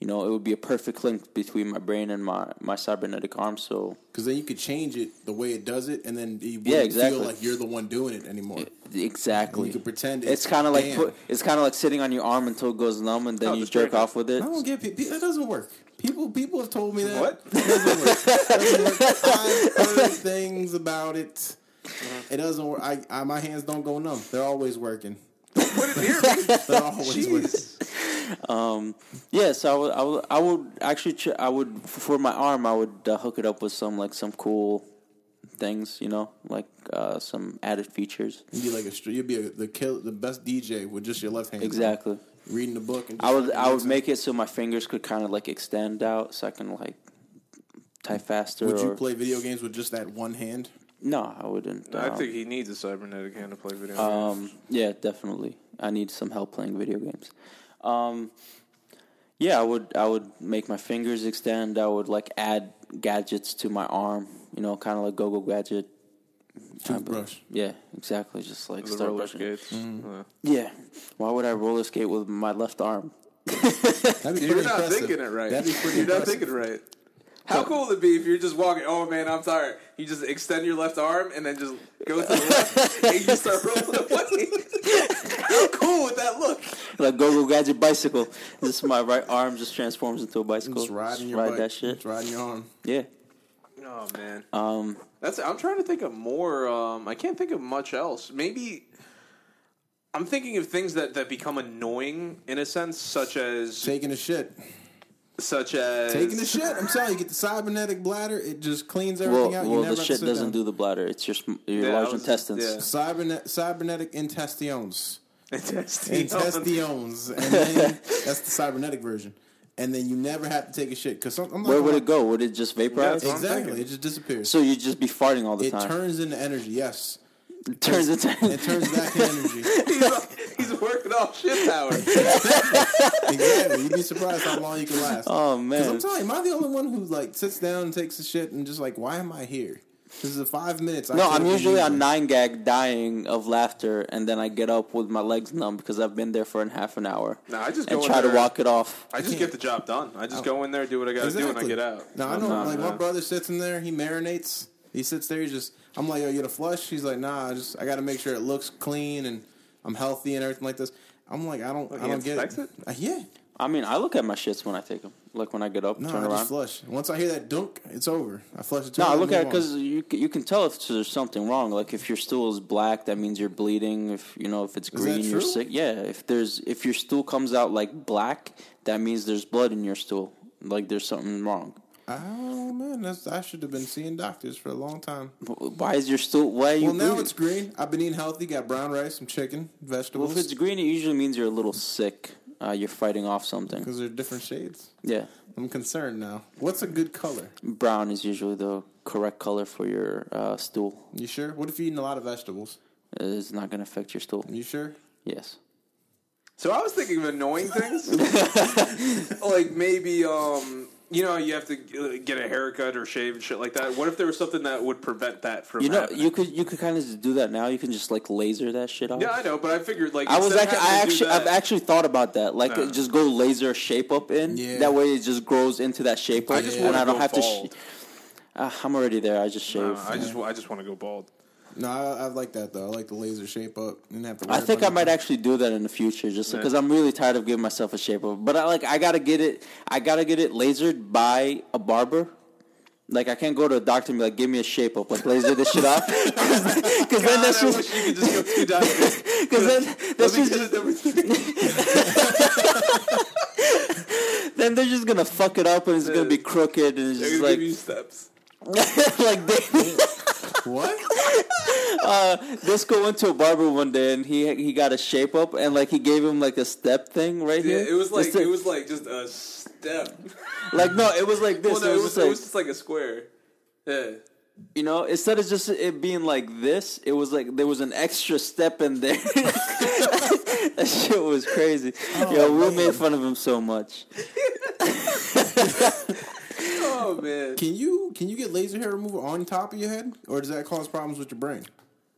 [SPEAKER 5] you know, it would be a perfect link between my brain and my my cybernetic arm. So
[SPEAKER 3] Because then you could change it the way it does it, and then you wouldn't
[SPEAKER 5] Yeah, exactly.
[SPEAKER 3] feel like you're the one doing it anymore.
[SPEAKER 5] exactly,
[SPEAKER 3] You could pretend it's-
[SPEAKER 5] it's kind of like
[SPEAKER 3] damn.
[SPEAKER 5] put, it's kind of like sitting on your arm until it goes numb, and then
[SPEAKER 4] Oh,
[SPEAKER 5] you
[SPEAKER 4] that's
[SPEAKER 5] jerk
[SPEAKER 4] great.
[SPEAKER 5] off with it.
[SPEAKER 3] I don't get people. That doesn't work. People, people have told me that.
[SPEAKER 4] What?
[SPEAKER 3] It doesn't work. It doesn't work. I've heard things about it. It doesn't work. I, I, my hands don't go numb. They're always working.
[SPEAKER 4] Put it here. man.
[SPEAKER 3] They're always working.
[SPEAKER 4] Jeez.
[SPEAKER 5] Yes, I would. I would. I would actually. Ch- I would for my arm. I would uh, hook it up with some like some cool things. You know, like uh, some added features.
[SPEAKER 3] You'd be like a, str- you'd be a, the kill, the best DJ with just your left hand.
[SPEAKER 5] Exactly.
[SPEAKER 3] Reading the book. And
[SPEAKER 5] I would. I would make it so my fingers could kind of like extend out, so I can like type faster.
[SPEAKER 3] Would you
[SPEAKER 5] or-
[SPEAKER 3] play video games with just that one hand?
[SPEAKER 5] No, I wouldn't.
[SPEAKER 4] I
[SPEAKER 5] um,
[SPEAKER 4] think he needs a cybernetic hand to play video games.
[SPEAKER 5] Um, yeah, definitely. I need some help playing video games. Um, yeah, I would. I would make my fingers extend. I would like add gadgets to my arm. You know, kind of like go-go gadget.
[SPEAKER 3] Toothbrush.
[SPEAKER 5] Yeah, exactly. Just like
[SPEAKER 4] the
[SPEAKER 5] Star
[SPEAKER 4] roller
[SPEAKER 5] Wars.
[SPEAKER 4] skates.
[SPEAKER 5] Mm-hmm.
[SPEAKER 4] Yeah.
[SPEAKER 5] Yeah. Why would I roller skate with my left arm?
[SPEAKER 3] That'd be
[SPEAKER 4] You're
[SPEAKER 3] pretty
[SPEAKER 4] not
[SPEAKER 3] impressive.
[SPEAKER 4] thinking it right.
[SPEAKER 3] That'd be pretty
[SPEAKER 4] you're not
[SPEAKER 3] impressive.
[SPEAKER 4] thinking right. How cool would it be if you're just walking? Oh man, I'm tired. You just extend your left arm and then just go to the left and you start rolling away. How cool would that look?
[SPEAKER 5] Like go go gadget bicycle. This my right arm just transforms into a bicycle.
[SPEAKER 3] Just riding your
[SPEAKER 5] ride
[SPEAKER 3] bike.
[SPEAKER 5] that shit.
[SPEAKER 3] Just riding your arm.
[SPEAKER 5] Yeah.
[SPEAKER 4] Oh man,
[SPEAKER 3] Uh.
[SPEAKER 5] Um,
[SPEAKER 4] that's. I'm trying to think of more. Um, I can't think of much else. Maybe I'm thinking of things that that become annoying in a sense, such as
[SPEAKER 3] Taking a shit.
[SPEAKER 4] such as
[SPEAKER 3] Taking a shit. I'm telling you, you get the cybernetic bladder. It just cleans everything
[SPEAKER 5] well,
[SPEAKER 3] out. You
[SPEAKER 5] well,
[SPEAKER 3] never
[SPEAKER 5] the
[SPEAKER 3] have to
[SPEAKER 5] shit
[SPEAKER 3] sit
[SPEAKER 5] doesn't
[SPEAKER 3] down.
[SPEAKER 5] do the bladder. It's your sm- your
[SPEAKER 4] Yeah, I
[SPEAKER 5] large
[SPEAKER 4] was-
[SPEAKER 5] intestines.
[SPEAKER 4] yeah.
[SPEAKER 3] Cyberne- cybernetic intestions.
[SPEAKER 4] intestines.
[SPEAKER 3] Intestions. and then that's the cybernetic version. And then you never have to take a shit. Cause some, I'm not
[SPEAKER 5] Where would
[SPEAKER 3] gonna-
[SPEAKER 5] it go? Would it just vaporize?
[SPEAKER 4] That's what I'm
[SPEAKER 3] Exactly.
[SPEAKER 4] thinking.
[SPEAKER 3] It just disappears.
[SPEAKER 5] so you'd just be farting all the
[SPEAKER 3] it
[SPEAKER 5] time.
[SPEAKER 3] turns into energy. Yes.
[SPEAKER 5] It turns into
[SPEAKER 3] It turns back into energy.
[SPEAKER 4] he's, he's working off shit power.
[SPEAKER 3] Exactly. You'd be surprised how long you can last.
[SPEAKER 5] Oh
[SPEAKER 3] Because
[SPEAKER 5] man.
[SPEAKER 3] I'm telling you, am I the only one who like sits down and takes a shit and just like, why am I here? This is the five minutes. I
[SPEAKER 5] No,
[SPEAKER 3] could've
[SPEAKER 5] I'm
[SPEAKER 3] been
[SPEAKER 5] usually on
[SPEAKER 3] using.
[SPEAKER 5] nine gag, dying of laughter, and then I get up with my legs numb because I've been there for an half an hour.
[SPEAKER 4] Nah, I just
[SPEAKER 5] and
[SPEAKER 4] go in
[SPEAKER 5] try to
[SPEAKER 4] there.
[SPEAKER 5] walk it off.
[SPEAKER 4] I just get the job done. I
[SPEAKER 5] Oh.
[SPEAKER 4] just go in there, do what I got to do, and I get out.
[SPEAKER 3] No, I
[SPEAKER 4] I'm
[SPEAKER 3] know.
[SPEAKER 4] not,
[SPEAKER 3] like
[SPEAKER 4] uh,
[SPEAKER 3] my brother sits in there, he marinates. He sits there. He's just. I'm like, yo, you gonna flush? He's like, nah. I just. I got to make sure it looks clean and I'm healthy and everything like this. I'm like, I don't. I
[SPEAKER 4] he
[SPEAKER 3] don't get it.
[SPEAKER 4] inspects it?
[SPEAKER 3] Uh, yeah.
[SPEAKER 5] I mean, I look at my shits when I take them. Like when I get up,
[SPEAKER 3] No,
[SPEAKER 5] turn
[SPEAKER 3] I
[SPEAKER 5] around.
[SPEAKER 3] just flush. Once I hear that dunk, it's over. I flush it.
[SPEAKER 5] No, I look at it because you c- you can tell if there's something wrong. Like if your stool is black, that means you're bleeding. If you know if it's
[SPEAKER 3] that
[SPEAKER 5] green, you're
[SPEAKER 3] true?
[SPEAKER 5] sick. Yeah, if there's if your stool comes out like black, that means there's blood in your stool. Like there's something wrong.
[SPEAKER 3] Oh man, that's, I should have been seeing doctors for a long time.
[SPEAKER 5] W- Why is your stool? Why are you?
[SPEAKER 3] Well, now
[SPEAKER 5] bleeding?
[SPEAKER 3] it's green. I've been eating healthy. Got brown rice, some chicken,
[SPEAKER 5] Well, if
[SPEAKER 3] vegetables.
[SPEAKER 5] it's green, it usually means you're a little sick. Uh, you're fighting off something.
[SPEAKER 3] Because they're different shades.
[SPEAKER 5] Yeah,
[SPEAKER 3] I'm concerned now. What's a good color?
[SPEAKER 5] brown is usually the correct color for your uh, stool.
[SPEAKER 3] You sure? What if you're eating a lot of vegetables?
[SPEAKER 5] It's not going to affect your stool.
[SPEAKER 3] You sure?
[SPEAKER 5] Yes.
[SPEAKER 4] So I was thinking of annoying things, like maybe um, you know you have to uh, get a haircut or shave and shit like that. What if there was something that would prevent that from?
[SPEAKER 5] You know,
[SPEAKER 4] happening?
[SPEAKER 5] you could you could kind of do that now. You can just like laser that shit off.
[SPEAKER 4] yeah, I know, but I figured like
[SPEAKER 5] I was
[SPEAKER 4] instead of
[SPEAKER 5] actually, I
[SPEAKER 4] having to do
[SPEAKER 5] actually, I've
[SPEAKER 4] that,
[SPEAKER 5] actually thought about that. Like,
[SPEAKER 4] Nah.
[SPEAKER 5] just go laser shape up in.
[SPEAKER 3] Yeah.
[SPEAKER 5] That way, it just grows into that shape.
[SPEAKER 4] I
[SPEAKER 5] up,
[SPEAKER 4] just
[SPEAKER 5] and
[SPEAKER 4] wanna
[SPEAKER 5] I don't
[SPEAKER 4] go
[SPEAKER 5] have
[SPEAKER 4] bald.
[SPEAKER 5] to. Sh- uh, I'm already there. I just shave.
[SPEAKER 4] Uh, I just wa- I just want to go bald.
[SPEAKER 3] No, I, I like that though. I like the laser shape up. You didn't have to. worry
[SPEAKER 5] I think I
[SPEAKER 3] about
[SPEAKER 5] might
[SPEAKER 3] it.
[SPEAKER 5] actually do that in the future, just because I'm really tired of giving myself a shape up. But I like, I gotta get it. I gotta get it lasered by a barber. Like I can't go to a doctor and be like, "Give me a shape up, like laser this shit up," because then that's
[SPEAKER 4] God, I
[SPEAKER 5] just
[SPEAKER 4] wish you could just go two doctors.
[SPEAKER 5] because then that's
[SPEAKER 4] Let me
[SPEAKER 5] just
[SPEAKER 4] get it everything.
[SPEAKER 5] then they're just gonna fuck it up and it's gonna be crooked and it's
[SPEAKER 4] They're
[SPEAKER 5] just
[SPEAKER 4] gonna
[SPEAKER 5] like
[SPEAKER 4] give you steps.
[SPEAKER 5] like they,
[SPEAKER 3] What?
[SPEAKER 5] Disco went to a barber one day and he he got a shape up and like he gave him like a step thing right
[SPEAKER 4] Yeah,
[SPEAKER 5] here.
[SPEAKER 4] it was like
[SPEAKER 5] Just to-
[SPEAKER 4] it was like just a s- death.
[SPEAKER 5] Like no, it was like this.
[SPEAKER 4] Well, no,
[SPEAKER 5] it was, just like,
[SPEAKER 4] it was just like a square. Yeah.
[SPEAKER 5] you know, instead of just it being like this, it was like there was an extra step in there. that shit was crazy. Yo, we made fun of him so much.
[SPEAKER 4] Oh man.
[SPEAKER 3] Can you can you get laser hair removal on top of your head, or does that cause problems with your brain?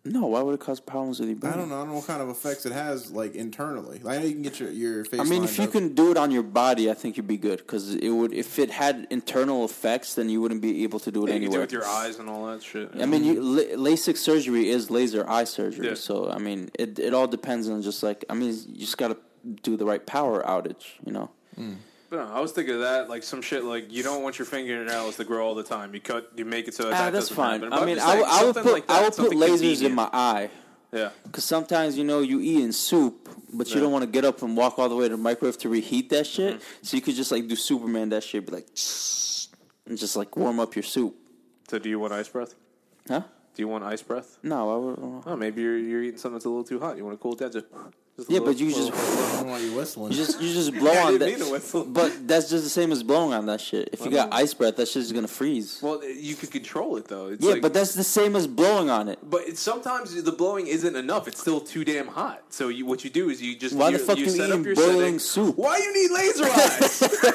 [SPEAKER 5] No, why would it cause problems with your brain?
[SPEAKER 3] I don't know. I don't know what kind of effects it has like internally. Like, I know you can get your your face.
[SPEAKER 5] I mean, if you can do it on your body, I think you'd be good because it would. If it had internal effects, then you wouldn't be able to
[SPEAKER 4] You
[SPEAKER 5] do it
[SPEAKER 4] can do it
[SPEAKER 5] anywhere.
[SPEAKER 4] with your eyes and all that shit.
[SPEAKER 5] I mean, you, la- LASIK surgery is laser eye surgery,
[SPEAKER 4] Yeah.
[SPEAKER 5] so I mean, it it all depends on just like I mean, you just gotta do the right power outage, you know.
[SPEAKER 4] But no, I was thinking of that, like some shit, like you don't want your fingernails to grow all the time. You cut, you make it so that,
[SPEAKER 5] Ah,
[SPEAKER 4] that
[SPEAKER 5] that's
[SPEAKER 4] doesn't
[SPEAKER 5] fine.
[SPEAKER 4] happen. But
[SPEAKER 5] I
[SPEAKER 4] I'm
[SPEAKER 5] mean,
[SPEAKER 4] just
[SPEAKER 5] I,
[SPEAKER 4] saying,
[SPEAKER 5] w- I would
[SPEAKER 4] something
[SPEAKER 5] put
[SPEAKER 4] like that,
[SPEAKER 5] I would put
[SPEAKER 4] something
[SPEAKER 5] lasers in
[SPEAKER 4] convenient.
[SPEAKER 5] my eye
[SPEAKER 4] Yeah,
[SPEAKER 5] because sometimes you know you eat in soup, but you
[SPEAKER 4] Yeah.
[SPEAKER 5] don't want to get up and walk all the way to the microwave to reheat that shit.
[SPEAKER 4] Mm-hmm.
[SPEAKER 5] So you could just like do Superman that shit, be like, and just like warm up your soup,
[SPEAKER 4] So do you want ice breath?
[SPEAKER 5] huh?
[SPEAKER 4] Do you want ice breath?
[SPEAKER 5] No, I would.
[SPEAKER 4] Oh, maybe you're, you're eating something that's a little too hot. You want to cool it down? Just, just a
[SPEAKER 5] Yeah,
[SPEAKER 4] little-
[SPEAKER 5] but you just
[SPEAKER 3] I don't know why you whistling.
[SPEAKER 5] you just you just blow
[SPEAKER 4] I
[SPEAKER 5] on
[SPEAKER 4] didn't mean to
[SPEAKER 5] that.
[SPEAKER 4] whistle.
[SPEAKER 5] But that's just the same as blowing on that shit. If you got ice breath, that shit's gonna freeze.
[SPEAKER 4] Well, you could control it though. It's
[SPEAKER 5] Yeah,
[SPEAKER 4] like,
[SPEAKER 5] but that's the same as blowing on it.
[SPEAKER 4] But it's, sometimes the blowing isn't enough. It's still too damn hot. So you, what you do is you just
[SPEAKER 5] Why
[SPEAKER 4] you,
[SPEAKER 5] the fuck
[SPEAKER 4] you
[SPEAKER 5] do you
[SPEAKER 4] set
[SPEAKER 5] eat
[SPEAKER 4] up your
[SPEAKER 5] boiling
[SPEAKER 4] settings.
[SPEAKER 5] soup?
[SPEAKER 4] Why you need laser eyes?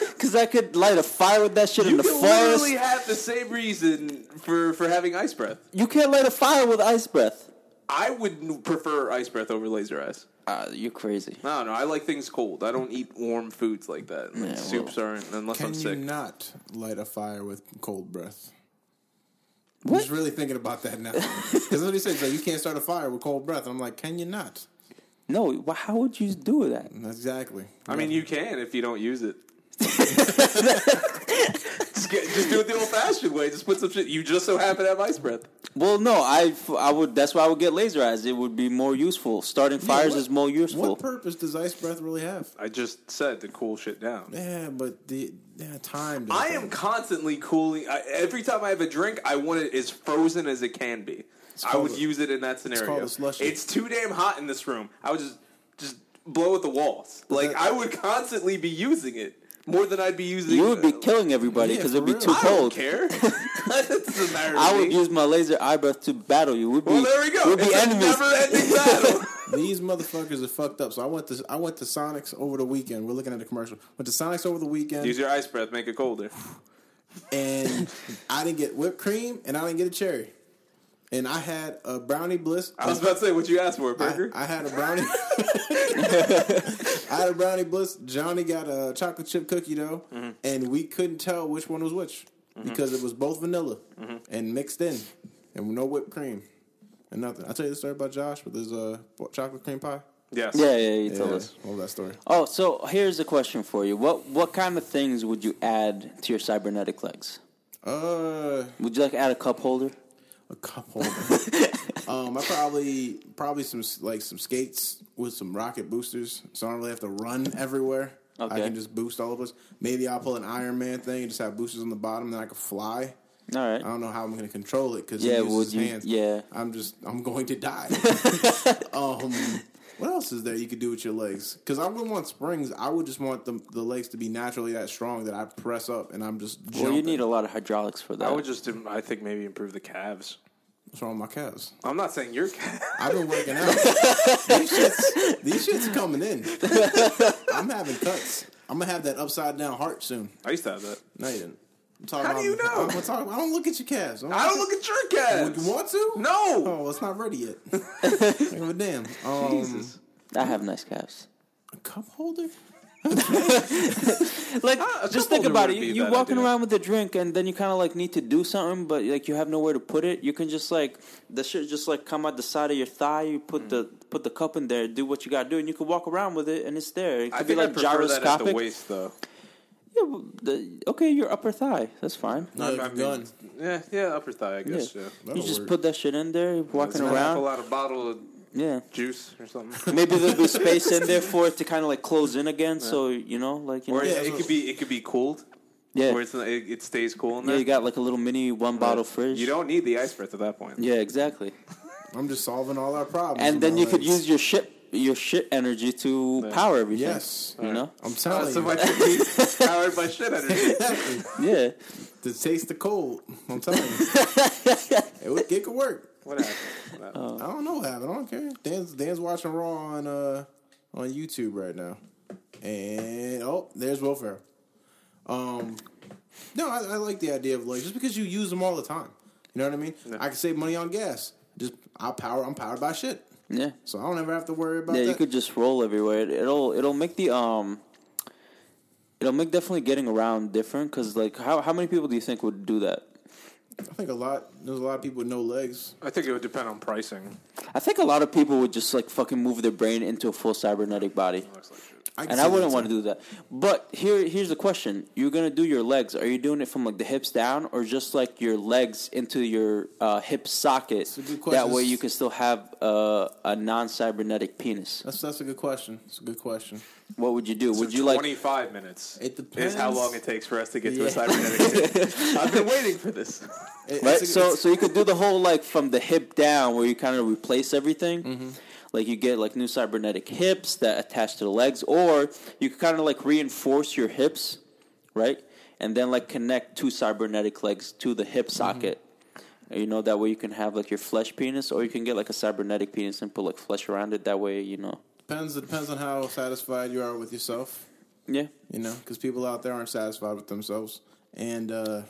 [SPEAKER 5] Because I could light a fire with that shit in
[SPEAKER 4] you
[SPEAKER 5] the
[SPEAKER 4] can
[SPEAKER 5] forest.
[SPEAKER 4] literally have the same reason for for having ice breath.
[SPEAKER 5] You can't light a fire with ice breath.
[SPEAKER 4] I would prefer ice breath over laser eyes.
[SPEAKER 5] Uh, you're crazy.
[SPEAKER 4] No, no, I like things cold. I don't eat warm foods like that. Like
[SPEAKER 5] Yeah,
[SPEAKER 4] soups aren't unless
[SPEAKER 3] can
[SPEAKER 4] I'm
[SPEAKER 3] you
[SPEAKER 4] sick.
[SPEAKER 3] not light a fire with cold breath? I'm
[SPEAKER 5] What?
[SPEAKER 3] just really thinking about that now. Because what he said, he's like, you can't start a fire with cold breath. I'm like, can you not?
[SPEAKER 5] No, wh- how would you do that?
[SPEAKER 3] And that's exactly.
[SPEAKER 4] I mean, you can if you don't use it. just, get, just do it the old-fashioned way. Just put some shit. You just so happen to have ice breath.
[SPEAKER 5] Well, no, I, f- I would. That's why I would get laser eyes. It would be more useful. Starting fires
[SPEAKER 3] what-
[SPEAKER 5] is more useful.
[SPEAKER 3] what purpose does ice breath really have?
[SPEAKER 4] I just said to cool shit down.
[SPEAKER 3] Yeah, but the yeah, time. does
[SPEAKER 4] I
[SPEAKER 3] that.
[SPEAKER 4] am constantly cooling. I, every time I have a drink, I want it as frozen as it can be. I
[SPEAKER 3] called
[SPEAKER 4] would
[SPEAKER 3] a-
[SPEAKER 4] use it in that
[SPEAKER 3] called
[SPEAKER 4] scenario.
[SPEAKER 3] a slushy.
[SPEAKER 4] It's too damn hot in this room. I would just just blow at the walls. Like
[SPEAKER 3] that-
[SPEAKER 4] I would constantly be using it more than I'd be using.
[SPEAKER 5] you would be
[SPEAKER 4] uh,
[SPEAKER 5] killing everybody
[SPEAKER 3] Yeah,
[SPEAKER 5] because
[SPEAKER 3] for
[SPEAKER 5] it'd be
[SPEAKER 3] real.
[SPEAKER 5] too
[SPEAKER 4] I
[SPEAKER 5] cold.
[SPEAKER 4] don't care. that doesn't matter. To
[SPEAKER 5] I would
[SPEAKER 4] me.
[SPEAKER 5] use my laser eye breath to battle you. We'd be,
[SPEAKER 4] Well, there we go.
[SPEAKER 5] We'd be
[SPEAKER 4] it's
[SPEAKER 5] enemies.
[SPEAKER 4] a never-ending battle.
[SPEAKER 3] These motherfuckers are fucked up. So I went to I went to Sonics over the weekend. We're looking at the commercial. Went to Sonics over the weekend,
[SPEAKER 4] use your ice breath. Make it colder.
[SPEAKER 3] and I didn't get whipped cream, and I didn't get a cherry, and I had a brownie bliss.
[SPEAKER 4] I was about to say what you asked for,
[SPEAKER 3] I,
[SPEAKER 4] Burger.
[SPEAKER 3] I had a brownie. I had a brownie bliss. Johnny got a chocolate chip cookie dough,
[SPEAKER 5] Mm-hmm.
[SPEAKER 3] and we couldn't tell which one was which because it was both vanilla
[SPEAKER 5] Mm-hmm.
[SPEAKER 3] and mixed in, and no whipped cream and nothing. I tell you the story about Josh with his uh, chocolate cream pie.
[SPEAKER 4] yes.
[SPEAKER 5] yeah, yeah, you tell
[SPEAKER 3] Yeah,
[SPEAKER 5] us.
[SPEAKER 3] love that story.
[SPEAKER 5] Oh, so here's a question for you. What what kind of things would you add to your cybernetic legs?
[SPEAKER 3] Uh,
[SPEAKER 5] Would you like add a cup holder?
[SPEAKER 3] a cup holder. um, I probably probably some like some skates with some rocket boosters, so I don't really have to run everywhere. I
[SPEAKER 5] Okay.
[SPEAKER 3] can just boost all of us. Maybe I'll pull an Iron Man thing and just have boosters on the bottom, then I can fly.
[SPEAKER 5] All
[SPEAKER 4] Uh,
[SPEAKER 5] right.
[SPEAKER 3] I don't know how I'm going to control it because
[SPEAKER 5] Yeah,
[SPEAKER 3] he uses
[SPEAKER 5] would
[SPEAKER 3] his
[SPEAKER 5] you-
[SPEAKER 3] hands.
[SPEAKER 5] yeah.
[SPEAKER 3] I'm just I'm going to die. um, what else is there you could do with your legs? Because I wouldn't want springs. I would just want the the legs to be naturally that strong that I press up and I'm just. Jumping.
[SPEAKER 5] well, you need a lot of hydraulics for that.
[SPEAKER 4] I would just. I think maybe improve the calves.
[SPEAKER 3] What's wrong with my calves?
[SPEAKER 4] I'm not saying your calves.
[SPEAKER 3] I've been working out. these shits, these shits coming in. I'm having cuts. I'm gonna have that upside down heart soon.
[SPEAKER 4] I used to have that.
[SPEAKER 3] No, you didn't. I'm talking
[SPEAKER 4] How do you know?
[SPEAKER 3] I'm, talking, I don't look at your calves.
[SPEAKER 4] I don't look at your calves.
[SPEAKER 3] You want to?
[SPEAKER 4] No.
[SPEAKER 3] Oh, it's not ready yet. I give a damn. Um,
[SPEAKER 4] Jesus.
[SPEAKER 5] I have nice calves.
[SPEAKER 3] A cup holder?
[SPEAKER 5] Like,
[SPEAKER 4] Ah, a
[SPEAKER 5] just
[SPEAKER 4] cup
[SPEAKER 5] think
[SPEAKER 4] holder
[SPEAKER 5] about it.
[SPEAKER 4] would be
[SPEAKER 5] You,
[SPEAKER 4] a
[SPEAKER 5] you're
[SPEAKER 4] bad
[SPEAKER 5] walking
[SPEAKER 4] idea.
[SPEAKER 5] around with a drink, and then you kind of like need to do something, but like you have nowhere to put it. You can just like the shit just like come out the side of your thigh. You
[SPEAKER 4] Hmm.
[SPEAKER 5] put the put the cup in there, do what you got to do, and you can walk around with it, and it's there. It could
[SPEAKER 4] I
[SPEAKER 5] be
[SPEAKER 4] think I
[SPEAKER 5] like
[SPEAKER 4] prefer that at the
[SPEAKER 5] gyroscopic.
[SPEAKER 4] waist, though.
[SPEAKER 5] Yeah, well, the- okay, your upper thigh. That's fine.
[SPEAKER 3] No,
[SPEAKER 4] I
[SPEAKER 3] it's
[SPEAKER 4] mean,
[SPEAKER 3] done.
[SPEAKER 4] Yeah, yeah, upper thigh, I guess. Yeah,
[SPEAKER 5] You just
[SPEAKER 3] work.
[SPEAKER 5] put that shit in there, walking
[SPEAKER 4] Gonna have a
[SPEAKER 5] around.
[SPEAKER 4] lot of bottle of
[SPEAKER 5] Yeah.
[SPEAKER 4] juice or something,
[SPEAKER 5] Maybe there'll be space in there for it to kind of like close in again, so you know, like you
[SPEAKER 4] or
[SPEAKER 5] know,
[SPEAKER 4] it, it could be it could be cooled.
[SPEAKER 5] yeah,
[SPEAKER 4] Where it's, not- it, it stays cool in
[SPEAKER 5] yeah,
[SPEAKER 4] there.
[SPEAKER 5] you got like a little mini one bottle fridge.
[SPEAKER 4] You don't need the ice breath at that point.
[SPEAKER 5] Yeah, exactly.
[SPEAKER 3] I'm just solving all our problems.
[SPEAKER 5] And
[SPEAKER 3] with
[SPEAKER 5] then
[SPEAKER 3] my
[SPEAKER 5] you could
[SPEAKER 3] legs.
[SPEAKER 5] use your ship your shit energy to power everything.
[SPEAKER 3] Yes.
[SPEAKER 5] You know?
[SPEAKER 3] I'm
[SPEAKER 4] Uh,
[SPEAKER 3] telling
[SPEAKER 4] so
[SPEAKER 3] you.
[SPEAKER 4] my technique's powered by shit energy.
[SPEAKER 3] Exactly.
[SPEAKER 5] Yeah.
[SPEAKER 3] to taste the cold. I'm telling you. it, would, it could work.
[SPEAKER 4] What happened? What happened?
[SPEAKER 3] I don't know what happened. I don't care. Dan's Dan's watching Raw on uh on YouTube right now, and oh, there's Will Ferrell. Um, no, I, I like the idea of like just because you use them all the time. You know what I mean? I can save money on gas. Just I power. I'm powered by shit,
[SPEAKER 5] Yeah.
[SPEAKER 3] so I don't ever have to worry about
[SPEAKER 5] Yeah,
[SPEAKER 3] that.
[SPEAKER 5] you could just roll everywhere. It- It'll it'll make the um it'll make definitely getting around different cuz like how how many people do you think would do that?
[SPEAKER 3] I think a lot. There's a lot of people with no legs.
[SPEAKER 4] I think it would depend on pricing.
[SPEAKER 5] I think a lot of people would just like fucking move their brain into a full cybernetic body.
[SPEAKER 4] Looks like shit.
[SPEAKER 3] I can
[SPEAKER 5] And
[SPEAKER 3] see
[SPEAKER 5] I
[SPEAKER 3] that
[SPEAKER 5] wouldn't
[SPEAKER 3] too.
[SPEAKER 5] want to do that. But here here's the question. You're going to do your legs. Are you doing it from like the hips down or just like your legs into your uh, hip socket?
[SPEAKER 3] a good
[SPEAKER 5] That
[SPEAKER 3] question.
[SPEAKER 5] way you can still have uh, a non-cybernetic penis.
[SPEAKER 3] That's that's a good question. It's a good question.
[SPEAKER 5] What would you do? would
[SPEAKER 4] So
[SPEAKER 5] you like
[SPEAKER 4] 25 minutes?
[SPEAKER 3] It depends.
[SPEAKER 4] Is how long it takes for us to get to
[SPEAKER 3] Yeah.
[SPEAKER 4] a cybernetic. city. I've been waiting for this.
[SPEAKER 3] It- it's
[SPEAKER 5] right?
[SPEAKER 3] a-
[SPEAKER 5] so
[SPEAKER 3] it's-
[SPEAKER 5] so you could do the whole like from the hip down where you kind of replace everything.
[SPEAKER 3] Mm-hmm.
[SPEAKER 5] Like you get like new cybernetic hips that attach to the legs, or you could kind of like reinforce your hips, right? And then like connect two cybernetic legs to the hip
[SPEAKER 3] Mm-hmm.
[SPEAKER 5] socket. You know that way you can have like your flesh penis, or you can get like a cybernetic penis and put like flesh around it. That way, you know,
[SPEAKER 3] depends. It depends on how satisfied you are with yourself.
[SPEAKER 5] yeah,
[SPEAKER 3] you know, because people out there aren't satisfied with themselves. And uh,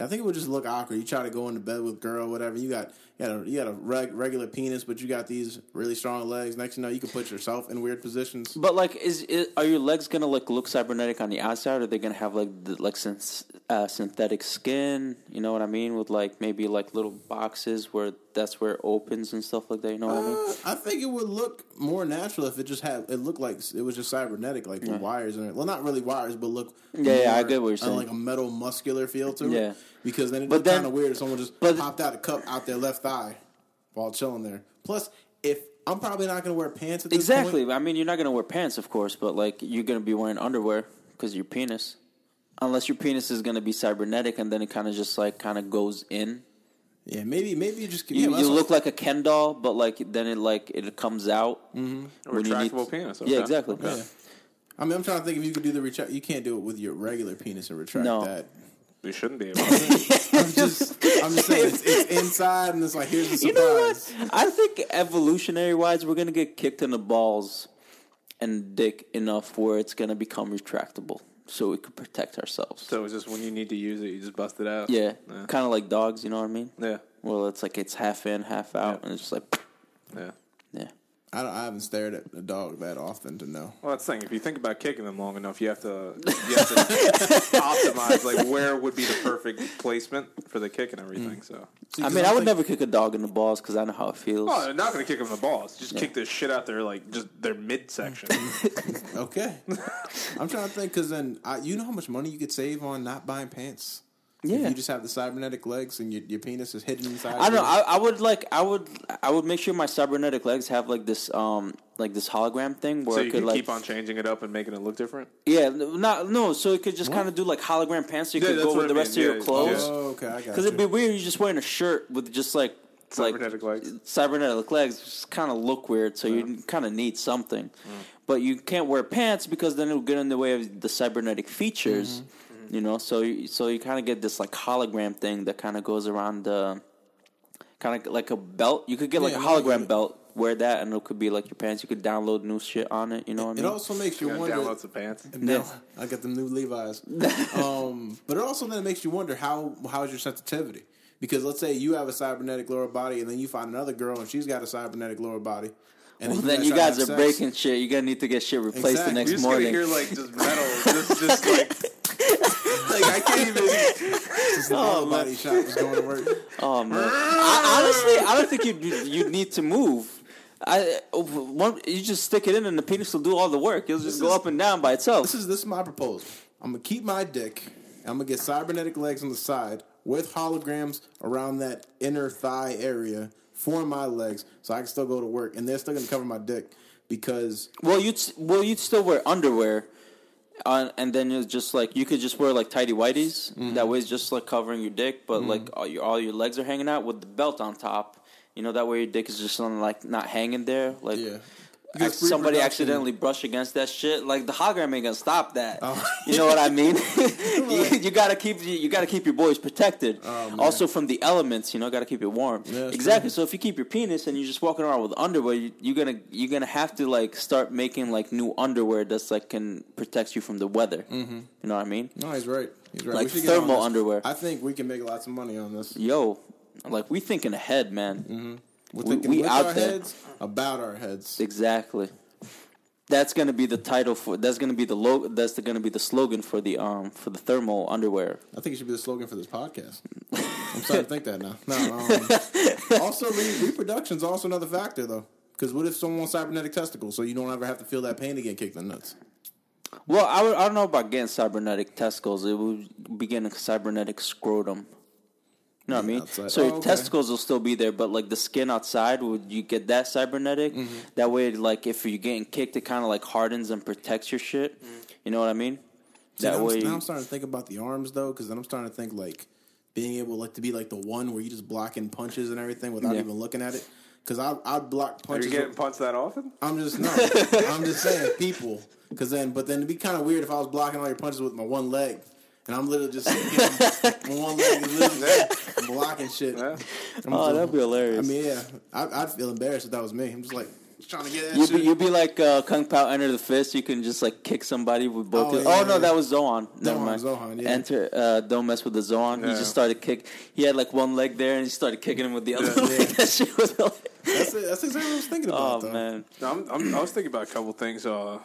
[SPEAKER 3] I think it would just look awkward. You try to go into bed with girl, whatever. You got you got a, you got a reg- regular penis, but you got these really strong legs. Next, thing you know, you can put yourself in weird positions.
[SPEAKER 5] But like, is, is are your legs gonna like look cybernetic on the outside? Or are they gonna have like the, like synth, uh, synthetic skin? You know what I mean? With like maybe like little boxes where that's where it opens and stuff like that. You know what I mean?
[SPEAKER 3] Uh, I think it would look more natural if it just had it looked like it was just cybernetic, like the wires in it. Well, not really wires, but look.
[SPEAKER 5] Yeah, yeah, I
[SPEAKER 3] more,
[SPEAKER 5] get what you're
[SPEAKER 3] uh,
[SPEAKER 5] saying.
[SPEAKER 3] like a metal muscular feel to
[SPEAKER 5] Yeah.
[SPEAKER 3] it. Because then it
[SPEAKER 5] But
[SPEAKER 3] looked
[SPEAKER 5] then-
[SPEAKER 3] kind of weird if someone just
[SPEAKER 5] but-
[SPEAKER 3] popped out a cup out their left thigh while chilling there. Plus, if I'm probably not going to wear pants at this
[SPEAKER 5] Exactly.
[SPEAKER 3] point.
[SPEAKER 5] I mean, you're not gonna wear pants, of course, but like you're gonna be wearing underwear because your penis, unless your penis is gonna be cybernetic and then it kind of just like kind of goes in.
[SPEAKER 3] Yeah, maybe maybe you just give
[SPEAKER 5] You, you look like a Ken doll, but like then it like it comes out. Mm-hmm.
[SPEAKER 4] Retractable penis, okay.
[SPEAKER 5] Yeah, exactly.
[SPEAKER 3] Yeah. I mean, I'm trying to think if you could do the retract. You can't do it with your regular penis and retract
[SPEAKER 5] No.
[SPEAKER 3] that.
[SPEAKER 4] We shouldn't be able. to.
[SPEAKER 3] I'm just, I'm just saying it's, it's inside and it's like here's the surprise.
[SPEAKER 5] You know what? I think evolutionary wise, we're gonna get kicked in the balls and dick enough where it's gonna become retractable, so we could protect ourselves.
[SPEAKER 4] So it's just when you need to use it, you just bust it out.
[SPEAKER 5] yeah,
[SPEAKER 4] Yeah.
[SPEAKER 5] kind of like dogs. You know what I mean?
[SPEAKER 4] Yeah.
[SPEAKER 5] Well, it's like it's half in, half out, and it's just like
[SPEAKER 4] Yeah.
[SPEAKER 5] yeah.
[SPEAKER 3] I, don't, I haven't stared at a dog that often to know.
[SPEAKER 4] Well, that's the thing. If you think about kicking them long enough, you have to, you have to optimize like where would be the perfect placement for the kick and
[SPEAKER 5] Mm.
[SPEAKER 4] everything. So,
[SPEAKER 5] I mean, I would never kick a dog in the balls because I know how it feels.
[SPEAKER 4] oh, they're not going to kick them in the balls. Just kick this shit out their like just their midsection.
[SPEAKER 5] Mm.
[SPEAKER 3] never. Okay, I'm trying to think because then I, you know how much money you could save on not buying pants. If
[SPEAKER 5] yeah.
[SPEAKER 3] you just have the cybernetic legs and your, your penis is hidden inside.
[SPEAKER 5] I don't know.
[SPEAKER 3] your-
[SPEAKER 5] I, I would like. I would. I would make sure my cybernetic legs have like this. Um, like this hologram thing where
[SPEAKER 4] so
[SPEAKER 5] I
[SPEAKER 4] you
[SPEAKER 5] could
[SPEAKER 4] can
[SPEAKER 5] like
[SPEAKER 4] keep on changing it up and making it look different.
[SPEAKER 5] Yeah, n- not no. So it could just kind of do like hologram pants. So you
[SPEAKER 4] Yeah,
[SPEAKER 5] could
[SPEAKER 4] that's
[SPEAKER 5] go
[SPEAKER 4] what
[SPEAKER 5] with
[SPEAKER 4] I
[SPEAKER 5] the rest
[SPEAKER 4] mean,
[SPEAKER 5] of your
[SPEAKER 4] yeah,
[SPEAKER 5] clothes.
[SPEAKER 4] yeah.
[SPEAKER 3] Oh, okay, I got
[SPEAKER 5] Because
[SPEAKER 3] you.
[SPEAKER 5] it'd be weird. You're just wearing a shirt with just like
[SPEAKER 4] Cybernetic
[SPEAKER 5] like
[SPEAKER 4] legs.
[SPEAKER 5] cybernetic legs. Just kind of look weird. So you kind of need something,
[SPEAKER 3] Mm.
[SPEAKER 5] but you can't wear pants because then it'll get in the way of the cybernetic features.
[SPEAKER 3] Mm-hmm.
[SPEAKER 5] You know, so you, so you kind of get this like hologram thing that kind of goes around the kind of like a belt. You could get like
[SPEAKER 3] Yeah,
[SPEAKER 5] a
[SPEAKER 3] I like
[SPEAKER 5] hologram
[SPEAKER 3] it.
[SPEAKER 5] belt. Wear that, and it could be like your pants. You could download new shit on it. You know what I mean?
[SPEAKER 3] It also makes you
[SPEAKER 4] Gonna
[SPEAKER 3] wonder.
[SPEAKER 4] download some pants.
[SPEAKER 3] No,
[SPEAKER 5] Yeah.
[SPEAKER 3] I got the new Levi's. um, but it also then makes you wonder how how is your sensitivity? Because let's say you have a cybernetic lower body, and then you find another girl, and she's got a cybernetic lower body. And
[SPEAKER 5] Well, then you guys are breaking shit. You're gonna need to get shit replaced
[SPEAKER 3] Exactly.
[SPEAKER 5] the
[SPEAKER 4] You're
[SPEAKER 5] next
[SPEAKER 4] just going to
[SPEAKER 5] morning.
[SPEAKER 4] hear like just metal, just, just like like I can't even.
[SPEAKER 3] Oh, body shop is going to work.
[SPEAKER 5] oh man, I, honestly, I don't think you you need to move. I one, you just stick it in and the penis will do all the work. It'll just go
[SPEAKER 3] is-
[SPEAKER 5] up and down by itself.
[SPEAKER 3] This is this is my proposal. I'm gonna keep my dick. I'm gonna get cybernetic legs on the side with holograms around that inner thigh area for my legs, so I can still go to work, and they're still gonna cover my dick because
[SPEAKER 5] well, you'd s- well you'd still wear underwear, on, and then it's just like you could just wear like tidy whities.
[SPEAKER 3] Mm-hmm.
[SPEAKER 5] That way, it's just like covering your dick, but like all your all your legs are hanging out with the belt on top. You know that way your dick is just on like not hanging there. Like
[SPEAKER 3] Yeah. You get
[SPEAKER 5] ac-
[SPEAKER 3] free
[SPEAKER 5] somebody
[SPEAKER 3] production.
[SPEAKER 5] accidentally brush against that shit, like the hologram ain't gonna stop that.
[SPEAKER 3] Oh,
[SPEAKER 5] You know what I mean? you, you gotta keep you, you gotta keep your boys protected. also from the elements, you know, gotta keep it warm.
[SPEAKER 3] that's
[SPEAKER 5] exactly. So if you keep your penis and you're just walking around with underwear, you, you're gonna you're gonna have to like start making like new underwear that's like can protect you from the weather. Mm-hmm. You know what I mean?
[SPEAKER 3] No, he's right. He's right.
[SPEAKER 5] Like
[SPEAKER 3] We should get on
[SPEAKER 5] thermal
[SPEAKER 3] this.
[SPEAKER 5] underwear.
[SPEAKER 3] I think we can make lots of money on this.
[SPEAKER 5] Yo, like we thinking ahead, man.
[SPEAKER 3] We're
[SPEAKER 5] We-
[SPEAKER 3] thinking
[SPEAKER 5] we
[SPEAKER 3] with
[SPEAKER 5] out
[SPEAKER 3] our
[SPEAKER 5] there.
[SPEAKER 3] heads, about our heads.
[SPEAKER 5] Exactly. That's gonna be the title for. That's gonna be the lo- That's gonna be the slogan for the um for the thermal underwear.
[SPEAKER 3] I think it should be the slogan for this podcast. I'm starting to think that now. No, um, also, re- reproduction's also another factor, though. Because what if someone wants cybernetic testicles so you don't ever have to feel that pain to get kicked in the nuts?
[SPEAKER 5] Well, I, would, I don't know about getting cybernetic testicles. It would be getting a cybernetic scrotum. You know what I mean?
[SPEAKER 3] outside.
[SPEAKER 5] So
[SPEAKER 3] Oh,
[SPEAKER 5] your
[SPEAKER 3] okay.
[SPEAKER 5] testicles will still be there, but like the skin outside, would you get that cybernetic?
[SPEAKER 3] Mm-hmm.
[SPEAKER 5] That way, like if you're getting kicked, it kind of like hardens and protects your shit. You know what I mean?
[SPEAKER 3] Mm. See,
[SPEAKER 5] that
[SPEAKER 3] now,
[SPEAKER 5] way,
[SPEAKER 3] I'm, now I'm starting to think about the arms though, because then I'm starting to think like being able like to be like the one where you just blocking punches and everything without
[SPEAKER 5] Yeah.
[SPEAKER 3] even looking at it. Because I I block
[SPEAKER 4] Are
[SPEAKER 3] punches.
[SPEAKER 4] you getting punched that often?
[SPEAKER 3] I'm just no. I'm just saying people. Because then, but then it'd be kind of weird if I was blocking all your punches with my one leg, and I'm literally just sitting on one leg is literally just blocking shit. I'm
[SPEAKER 5] oh,
[SPEAKER 3] just-
[SPEAKER 5] that'd be hilarious.
[SPEAKER 3] I mean, yeah, I, I'd feel embarrassed if that was me. I'm just like just trying to get that
[SPEAKER 5] You'd be,
[SPEAKER 3] shit.
[SPEAKER 5] you'd be like uh, Kung Pao Enter the Fist. You can just like kick somebody with both.
[SPEAKER 3] Oh,
[SPEAKER 5] your- Oh,
[SPEAKER 3] yeah,
[SPEAKER 5] no,
[SPEAKER 3] yeah.
[SPEAKER 5] that was Zohan. Never
[SPEAKER 3] Zohan,
[SPEAKER 5] mind.
[SPEAKER 3] Zohan, yeah.
[SPEAKER 5] Enter. Uh, don't mess with the Zohan. He
[SPEAKER 4] Yeah.
[SPEAKER 5] just started kick. He had like one leg there, and he started kicking him with the other. leg. that shit was. hilarious.
[SPEAKER 3] That's, it. That's exactly what I was thinking about.
[SPEAKER 5] Oh
[SPEAKER 3] though.
[SPEAKER 5] man.
[SPEAKER 4] No, I'm, I'm, I was thinking about a couple things uh,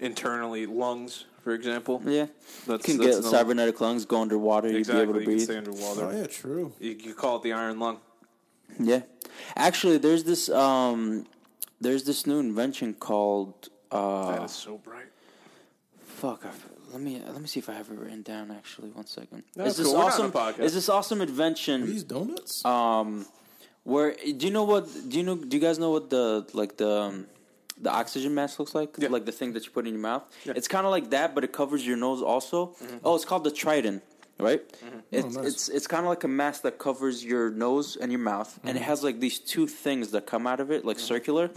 [SPEAKER 4] internally, lungs, for example.
[SPEAKER 5] Yeah.
[SPEAKER 4] That's-
[SPEAKER 5] you can
[SPEAKER 4] that's
[SPEAKER 5] get
[SPEAKER 4] another-
[SPEAKER 5] cybernetic lungs. Go underwater. You'd
[SPEAKER 4] Exactly,
[SPEAKER 5] be able to
[SPEAKER 4] you can
[SPEAKER 5] breathe.
[SPEAKER 4] stay underwater.
[SPEAKER 3] Oh yeah, true.
[SPEAKER 4] You, you call it the iron lung.
[SPEAKER 5] Yeah. Actually, there's this. Um, there's this new invention called.
[SPEAKER 3] Oh.
[SPEAKER 5] Uh,
[SPEAKER 4] That is so bright.
[SPEAKER 5] Fuck. I've, let me let me see if I have it written down. Actually, one second.
[SPEAKER 4] That's
[SPEAKER 5] is this
[SPEAKER 4] cool. We're not in a
[SPEAKER 5] awesome?
[SPEAKER 4] podcast.
[SPEAKER 5] Is this awesome invention?
[SPEAKER 3] These donuts.
[SPEAKER 5] um where do you know what do you know do you guys know what the like the um, the oxygen mask looks like
[SPEAKER 4] Yeah.
[SPEAKER 5] like the thing that you put in your mouth it's kind of like that but it covers your nose also oh it's called the trident right it's,
[SPEAKER 3] Oh, nice.
[SPEAKER 5] it's it's kind of like a mask that covers your nose and your mouth and it has like these two things that come out of it like circular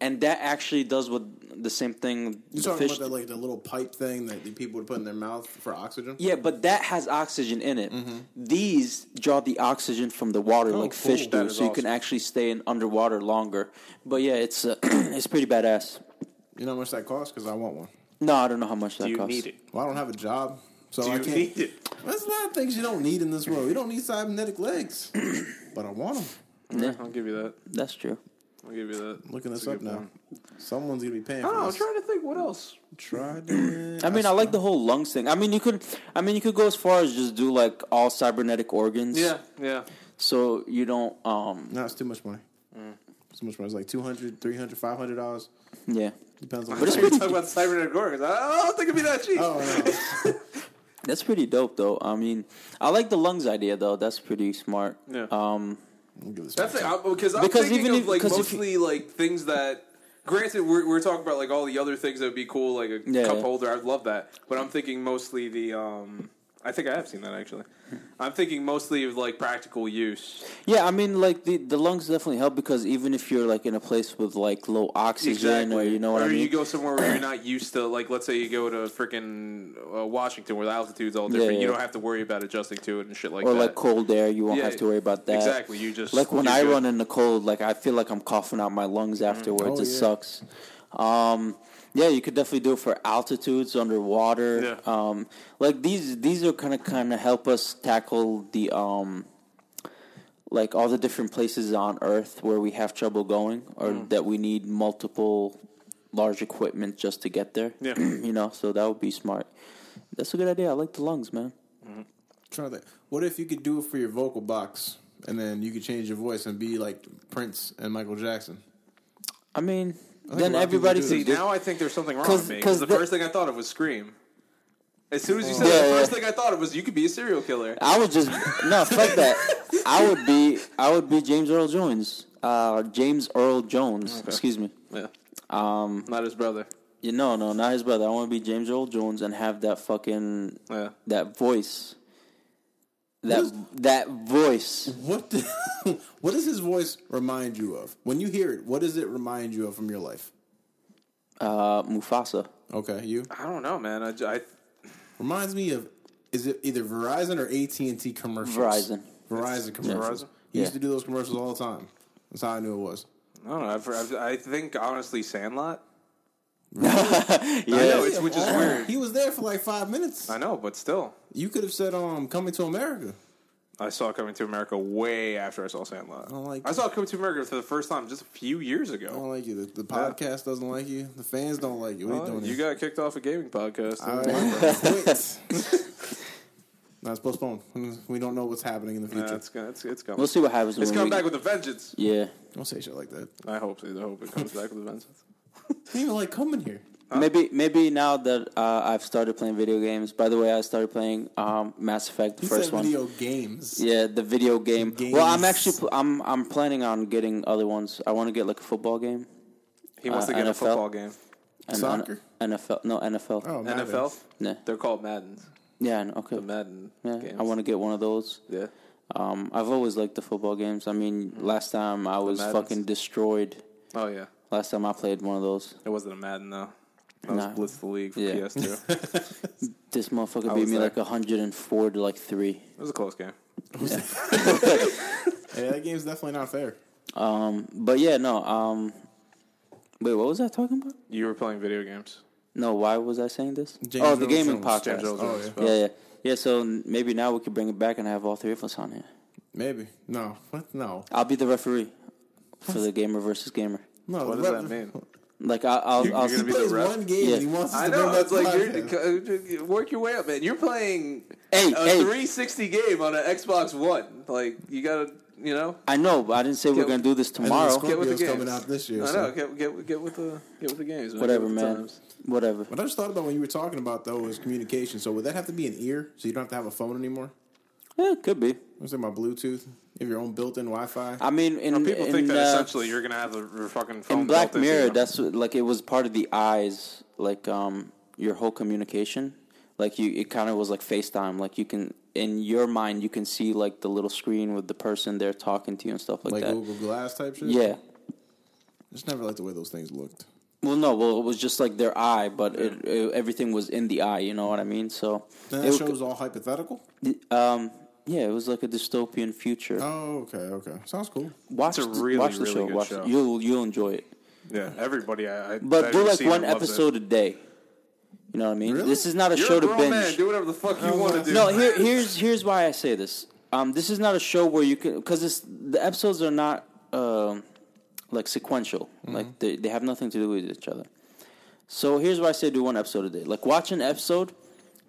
[SPEAKER 5] and that actually does what the same thing
[SPEAKER 3] you
[SPEAKER 5] the
[SPEAKER 3] talking
[SPEAKER 5] fish
[SPEAKER 3] about that like the little pipe thing that the people would put in their mouth for oxygen?
[SPEAKER 5] yeah, but that has oxygen in it.
[SPEAKER 4] Mm-hmm.
[SPEAKER 5] These draw the oxygen from the water, like
[SPEAKER 3] cool.
[SPEAKER 5] fish
[SPEAKER 4] Oh, That
[SPEAKER 5] do,
[SPEAKER 4] is
[SPEAKER 5] so you can
[SPEAKER 4] awesome.
[SPEAKER 5] actually stay in underwater longer. But yeah, it's uh, it's pretty badass.
[SPEAKER 3] You know how much that costs? Because I want one.
[SPEAKER 5] No, I don't know how much that costs.
[SPEAKER 3] Well, I don't have a job, so Oh, I
[SPEAKER 4] you
[SPEAKER 3] can't.
[SPEAKER 4] need it?
[SPEAKER 3] There's a lot of things you don't need in this world. You don't need cybernetic legs, but I want them.
[SPEAKER 4] Yeah, I'll give you that.
[SPEAKER 5] That's true.
[SPEAKER 4] I'll give you that.
[SPEAKER 3] Looking this
[SPEAKER 4] That's a
[SPEAKER 3] up
[SPEAKER 4] good
[SPEAKER 3] now.
[SPEAKER 4] point. Oh,
[SPEAKER 3] Someone's gonna be paying.
[SPEAKER 4] I
[SPEAKER 3] for
[SPEAKER 4] don't know. I'm
[SPEAKER 3] this.
[SPEAKER 4] trying to think what else.
[SPEAKER 3] Try to-
[SPEAKER 5] I mean, I like the whole lungs thing. I mean, you could, I mean, you could go as far as just do like all cybernetic organs.
[SPEAKER 4] Yeah, yeah.
[SPEAKER 5] So you don't, um,
[SPEAKER 3] No, it's too much money.
[SPEAKER 4] Mm.
[SPEAKER 3] It's too much money. It's like 200 300 500 dollars.
[SPEAKER 5] yeah.
[SPEAKER 3] Depends on.
[SPEAKER 5] But it's
[SPEAKER 4] You're talking about cybernetic organs. I don't think it'd be that cheap.
[SPEAKER 3] Oh no!
[SPEAKER 5] That's pretty dope, though. I mean, I like the lungs idea, though. That's pretty smart.
[SPEAKER 4] Yeah.
[SPEAKER 5] Um,
[SPEAKER 3] I'll give this
[SPEAKER 4] That's
[SPEAKER 3] back.
[SPEAKER 4] it. I'm, because I'm
[SPEAKER 5] Because
[SPEAKER 4] thinking
[SPEAKER 5] even
[SPEAKER 4] of
[SPEAKER 5] if-
[SPEAKER 4] like
[SPEAKER 5] 'cause if
[SPEAKER 4] mostly like things that. Granted, we're, we're talking about like all the other things that would be cool, like a
[SPEAKER 5] Yeah,
[SPEAKER 4] cup
[SPEAKER 5] yeah.
[SPEAKER 4] holder. I'd love that, but I'm thinking mostly the. um I think I have seen that actually. I'm thinking mostly of like practical use.
[SPEAKER 5] Yeah, I mean, like the, the lungs definitely help because even if you're like in a place with like low oxygen or uh, you know what
[SPEAKER 4] or
[SPEAKER 5] I mean,
[SPEAKER 4] you go somewhere where you're not used to, like, let's say you go to freaking uh, Washington where the altitude's all different.
[SPEAKER 5] Yeah,
[SPEAKER 4] You
[SPEAKER 5] yeah.
[SPEAKER 4] don't have to worry about adjusting to it and shit like
[SPEAKER 5] or
[SPEAKER 4] that.
[SPEAKER 5] like cold air, you won't
[SPEAKER 4] Yeah,
[SPEAKER 5] have to worry about that.
[SPEAKER 4] Exactly. You Mm. just
[SPEAKER 5] Like when
[SPEAKER 4] you're
[SPEAKER 5] I
[SPEAKER 4] good.
[SPEAKER 5] run in the cold, like I feel like I'm coughing out my lungs afterwards.
[SPEAKER 3] Oh,
[SPEAKER 5] it
[SPEAKER 3] yeah.
[SPEAKER 5] sucks. Um, yeah, you could definitely do it for altitudes underwater.
[SPEAKER 4] Yeah.
[SPEAKER 5] Um, like these these are kind of kind of help us tackle the um, like all the different places on Earth where we have trouble going or
[SPEAKER 4] Mm.
[SPEAKER 5] that we need multiple large equipment just to get there.
[SPEAKER 4] Yeah.
[SPEAKER 5] you know, so that would be smart. That's a good idea. I like the lungs, man.
[SPEAKER 3] Try that. What if you could do it for your vocal box, and then you could change your voice and be like Prince and Michael Jackson?
[SPEAKER 5] I mean,
[SPEAKER 3] think
[SPEAKER 5] then
[SPEAKER 3] a lot of people
[SPEAKER 5] everybody
[SPEAKER 3] do
[SPEAKER 5] can
[SPEAKER 4] See,
[SPEAKER 5] do-
[SPEAKER 4] now I think there's something wrong
[SPEAKER 5] 'Cause-
[SPEAKER 4] with me. Because
[SPEAKER 5] 'cause
[SPEAKER 4] the,
[SPEAKER 5] the-
[SPEAKER 4] first thing I thought of was Scream. As soon as you said
[SPEAKER 5] Yeah,
[SPEAKER 4] that, the
[SPEAKER 5] yeah.
[SPEAKER 4] first thing I thought of was you could be a serial killer.
[SPEAKER 5] I would just no fuck that. I would be I would be James Earl Jones. Uh, James Earl Jones. Excuse me.
[SPEAKER 4] Yeah.
[SPEAKER 5] Um,
[SPEAKER 4] Not his brother.
[SPEAKER 5] you no, no, not his brother. I want to be James Earl Jones and have that fucking
[SPEAKER 4] Yeah.
[SPEAKER 5] that voice. That that voice.
[SPEAKER 3] What do, what does his voice remind you of? When you hear it, what does it remind you of from your life?
[SPEAKER 5] Uh, Mufasa.
[SPEAKER 3] Okay, you
[SPEAKER 4] I don't know, man. I, I
[SPEAKER 3] reminds me of is it either Verizon or AT and T commercials?
[SPEAKER 5] Verizon.
[SPEAKER 3] Verizon commercials.
[SPEAKER 4] Verizon?
[SPEAKER 3] He used to
[SPEAKER 5] Yeah.
[SPEAKER 3] do those commercials all the time. That's how I knew it was.
[SPEAKER 4] I don't know. I've, I've, I think honestly, Sandlot.
[SPEAKER 5] Yeah.
[SPEAKER 4] know, it's- which is
[SPEAKER 3] Oh,
[SPEAKER 4] weird.
[SPEAKER 3] He was there for like five minutes.
[SPEAKER 4] I know, but still,
[SPEAKER 3] You could have said, "Um, coming to America."
[SPEAKER 4] I saw Coming to America way after I saw Sandlot. I
[SPEAKER 3] don't like-
[SPEAKER 4] I saw Coming to America for the first time just a few years
[SPEAKER 3] I
[SPEAKER 4] ago.
[SPEAKER 3] don't like you. The, the podcast doesn't like you. The fans don't like you. What are you
[SPEAKER 4] Well,
[SPEAKER 3] doing?
[SPEAKER 4] you
[SPEAKER 3] here?
[SPEAKER 4] got kicked off a gaming podcast.
[SPEAKER 3] All right, quit. No, it's postponed. We don't know what's happening in the
[SPEAKER 4] Nah,
[SPEAKER 3] future.
[SPEAKER 4] it's, gonna- it's, it's coming.
[SPEAKER 5] We'll see what happens.
[SPEAKER 4] it's
[SPEAKER 5] when
[SPEAKER 4] coming
[SPEAKER 5] we-
[SPEAKER 4] back with a vengeance.
[SPEAKER 5] Yeah.
[SPEAKER 3] don't say shit like that.
[SPEAKER 4] I hope so. I hope it comes back with a vengeance.
[SPEAKER 3] You even like coming here.
[SPEAKER 5] Maybe maybe now that uh, I've started playing video games. By the way, I started playing um, Mass Effect, the
[SPEAKER 3] You
[SPEAKER 5] first
[SPEAKER 3] said
[SPEAKER 5] one.
[SPEAKER 3] video games.
[SPEAKER 5] Yeah, the video game. Well, I'm
[SPEAKER 3] Games.
[SPEAKER 5] actually pl- I'm I'm planning on getting other ones. I want to get like a football game.
[SPEAKER 4] He wants
[SPEAKER 5] Uh,
[SPEAKER 4] to get a
[SPEAKER 5] NFL?
[SPEAKER 4] football game.
[SPEAKER 5] And,
[SPEAKER 3] Soccer?
[SPEAKER 5] and NFL. No, NFL.
[SPEAKER 3] Oh, man.
[SPEAKER 4] NFL?
[SPEAKER 5] Yeah.
[SPEAKER 4] They're called Maddens.
[SPEAKER 5] Yeah. and- Okay.
[SPEAKER 4] The Madden
[SPEAKER 5] Yeah,
[SPEAKER 4] games.
[SPEAKER 5] I want to get one of those.
[SPEAKER 4] Yeah.
[SPEAKER 5] Um, I've always liked the football games. I mean,
[SPEAKER 4] Mm-hmm.
[SPEAKER 5] last time I was
[SPEAKER 4] Maddens.
[SPEAKER 5] fucking destroyed.
[SPEAKER 4] Oh, yeah.
[SPEAKER 5] Last time I played one of those,
[SPEAKER 4] It wasn't a Madden, though. That was
[SPEAKER 5] Nah.
[SPEAKER 4] Blitz the League for
[SPEAKER 5] Yeah.
[SPEAKER 4] PS2. it
[SPEAKER 5] this motherfucker
[SPEAKER 4] I
[SPEAKER 5] beat
[SPEAKER 4] was
[SPEAKER 5] me
[SPEAKER 4] there.
[SPEAKER 5] like 104 to like three.
[SPEAKER 4] was a close game.
[SPEAKER 3] Yeah, that game's definitely not fair.
[SPEAKER 5] Um, but yeah, no. Um, wait, what was I talking about?
[SPEAKER 4] You were playing video games.
[SPEAKER 5] No, why was I saying this?
[SPEAKER 3] James
[SPEAKER 5] oh, the
[SPEAKER 3] Earl
[SPEAKER 5] gaming
[SPEAKER 3] Jones.
[SPEAKER 5] podcast.
[SPEAKER 4] James Earl
[SPEAKER 3] Oh,
[SPEAKER 4] Jones.
[SPEAKER 3] yeah.
[SPEAKER 5] yeah, yeah, yeah. So maybe now we could bring it back and have all three of us on here.
[SPEAKER 3] Maybe. No. What? No.
[SPEAKER 5] I'll be the referee for the gamer versus gamer.
[SPEAKER 3] No.
[SPEAKER 4] What
[SPEAKER 3] the
[SPEAKER 4] does
[SPEAKER 3] ref-
[SPEAKER 4] that mean?
[SPEAKER 5] Like I, I'll,
[SPEAKER 4] You're-
[SPEAKER 5] I'll
[SPEAKER 4] you're gonna
[SPEAKER 3] He
[SPEAKER 4] be
[SPEAKER 3] plays
[SPEAKER 4] the ref?
[SPEAKER 3] one game
[SPEAKER 5] Yeah.
[SPEAKER 3] and he wants us
[SPEAKER 4] I
[SPEAKER 3] to bring
[SPEAKER 4] know.
[SPEAKER 3] up
[SPEAKER 4] It's like uh,
[SPEAKER 3] podcast.
[SPEAKER 4] you're work your way up, man. You're playing
[SPEAKER 5] Hey,
[SPEAKER 4] a
[SPEAKER 5] hey.
[SPEAKER 4] 360 game on an Xbox One. Like you gotta, you know,
[SPEAKER 5] I know, but I didn't say we're
[SPEAKER 4] Get-
[SPEAKER 5] gonna do this
[SPEAKER 3] And then
[SPEAKER 5] tomorrow.
[SPEAKER 3] Scorpio's
[SPEAKER 4] Get with the games.
[SPEAKER 3] coming out this year.
[SPEAKER 4] I
[SPEAKER 3] so-
[SPEAKER 4] know. Get, get get with the get with the games. Man.
[SPEAKER 5] Whatever,
[SPEAKER 4] Get with the
[SPEAKER 5] man.
[SPEAKER 4] times.
[SPEAKER 5] Whatever.
[SPEAKER 3] What I just thought about when you were talking about though is communication. So would that have to be an ear? So you don't have to have a phone anymore?
[SPEAKER 5] Yeah, it could be.
[SPEAKER 3] I'm talking about Bluetooth. You have your own built-in Wi-Fi.
[SPEAKER 5] I mean, in,
[SPEAKER 4] People
[SPEAKER 5] in,
[SPEAKER 4] think that
[SPEAKER 5] uh,
[SPEAKER 4] essentially you're gonna have the your fucking phone
[SPEAKER 5] in Black
[SPEAKER 4] built into
[SPEAKER 5] Mirror,
[SPEAKER 4] you.
[SPEAKER 5] that's what, like it was part of the eyes, like um your whole communication. Like you, it kind of was like FaceTime. Like you can in your mind, you can see like the little screen with the person they're talking to you and stuff like,
[SPEAKER 3] like
[SPEAKER 5] that.
[SPEAKER 3] Google Glass type shit.
[SPEAKER 5] Yeah.
[SPEAKER 3] just never liked the way those things looked.
[SPEAKER 5] Well, no. Well, it was just like their eye, but it, it, everything was in the eye. You know what I mean? So
[SPEAKER 3] Then
[SPEAKER 5] it
[SPEAKER 3] that
[SPEAKER 5] was-
[SPEAKER 3] show's all hypothetical.
[SPEAKER 5] um, yeah, it was like a dystopian future.
[SPEAKER 3] Oh, okay, okay. Sounds cool.
[SPEAKER 5] watch
[SPEAKER 4] It's a
[SPEAKER 5] the-
[SPEAKER 4] really,
[SPEAKER 5] watch the
[SPEAKER 4] really
[SPEAKER 5] show.
[SPEAKER 4] good
[SPEAKER 5] watch
[SPEAKER 4] show.
[SPEAKER 5] It. You'll you'll enjoy it.
[SPEAKER 4] yeah. Everybody, I, I
[SPEAKER 5] But
[SPEAKER 4] I've
[SPEAKER 5] do like
[SPEAKER 4] seen
[SPEAKER 5] one
[SPEAKER 4] loves it.
[SPEAKER 5] episode a day. You know what I mean?
[SPEAKER 3] Really?
[SPEAKER 5] This is not a
[SPEAKER 4] You're
[SPEAKER 5] show
[SPEAKER 4] a
[SPEAKER 5] to
[SPEAKER 4] grown
[SPEAKER 5] binge.
[SPEAKER 4] man. Do whatever the fuck you want to do.
[SPEAKER 5] No, here, here's here's why I say this. Um, this is not a show where you can because the episodes are not um, like sequential.
[SPEAKER 4] Mm-hmm.
[SPEAKER 5] Like they they have nothing to do with each other. So here's why I say do one episode a day. Like watch an episode,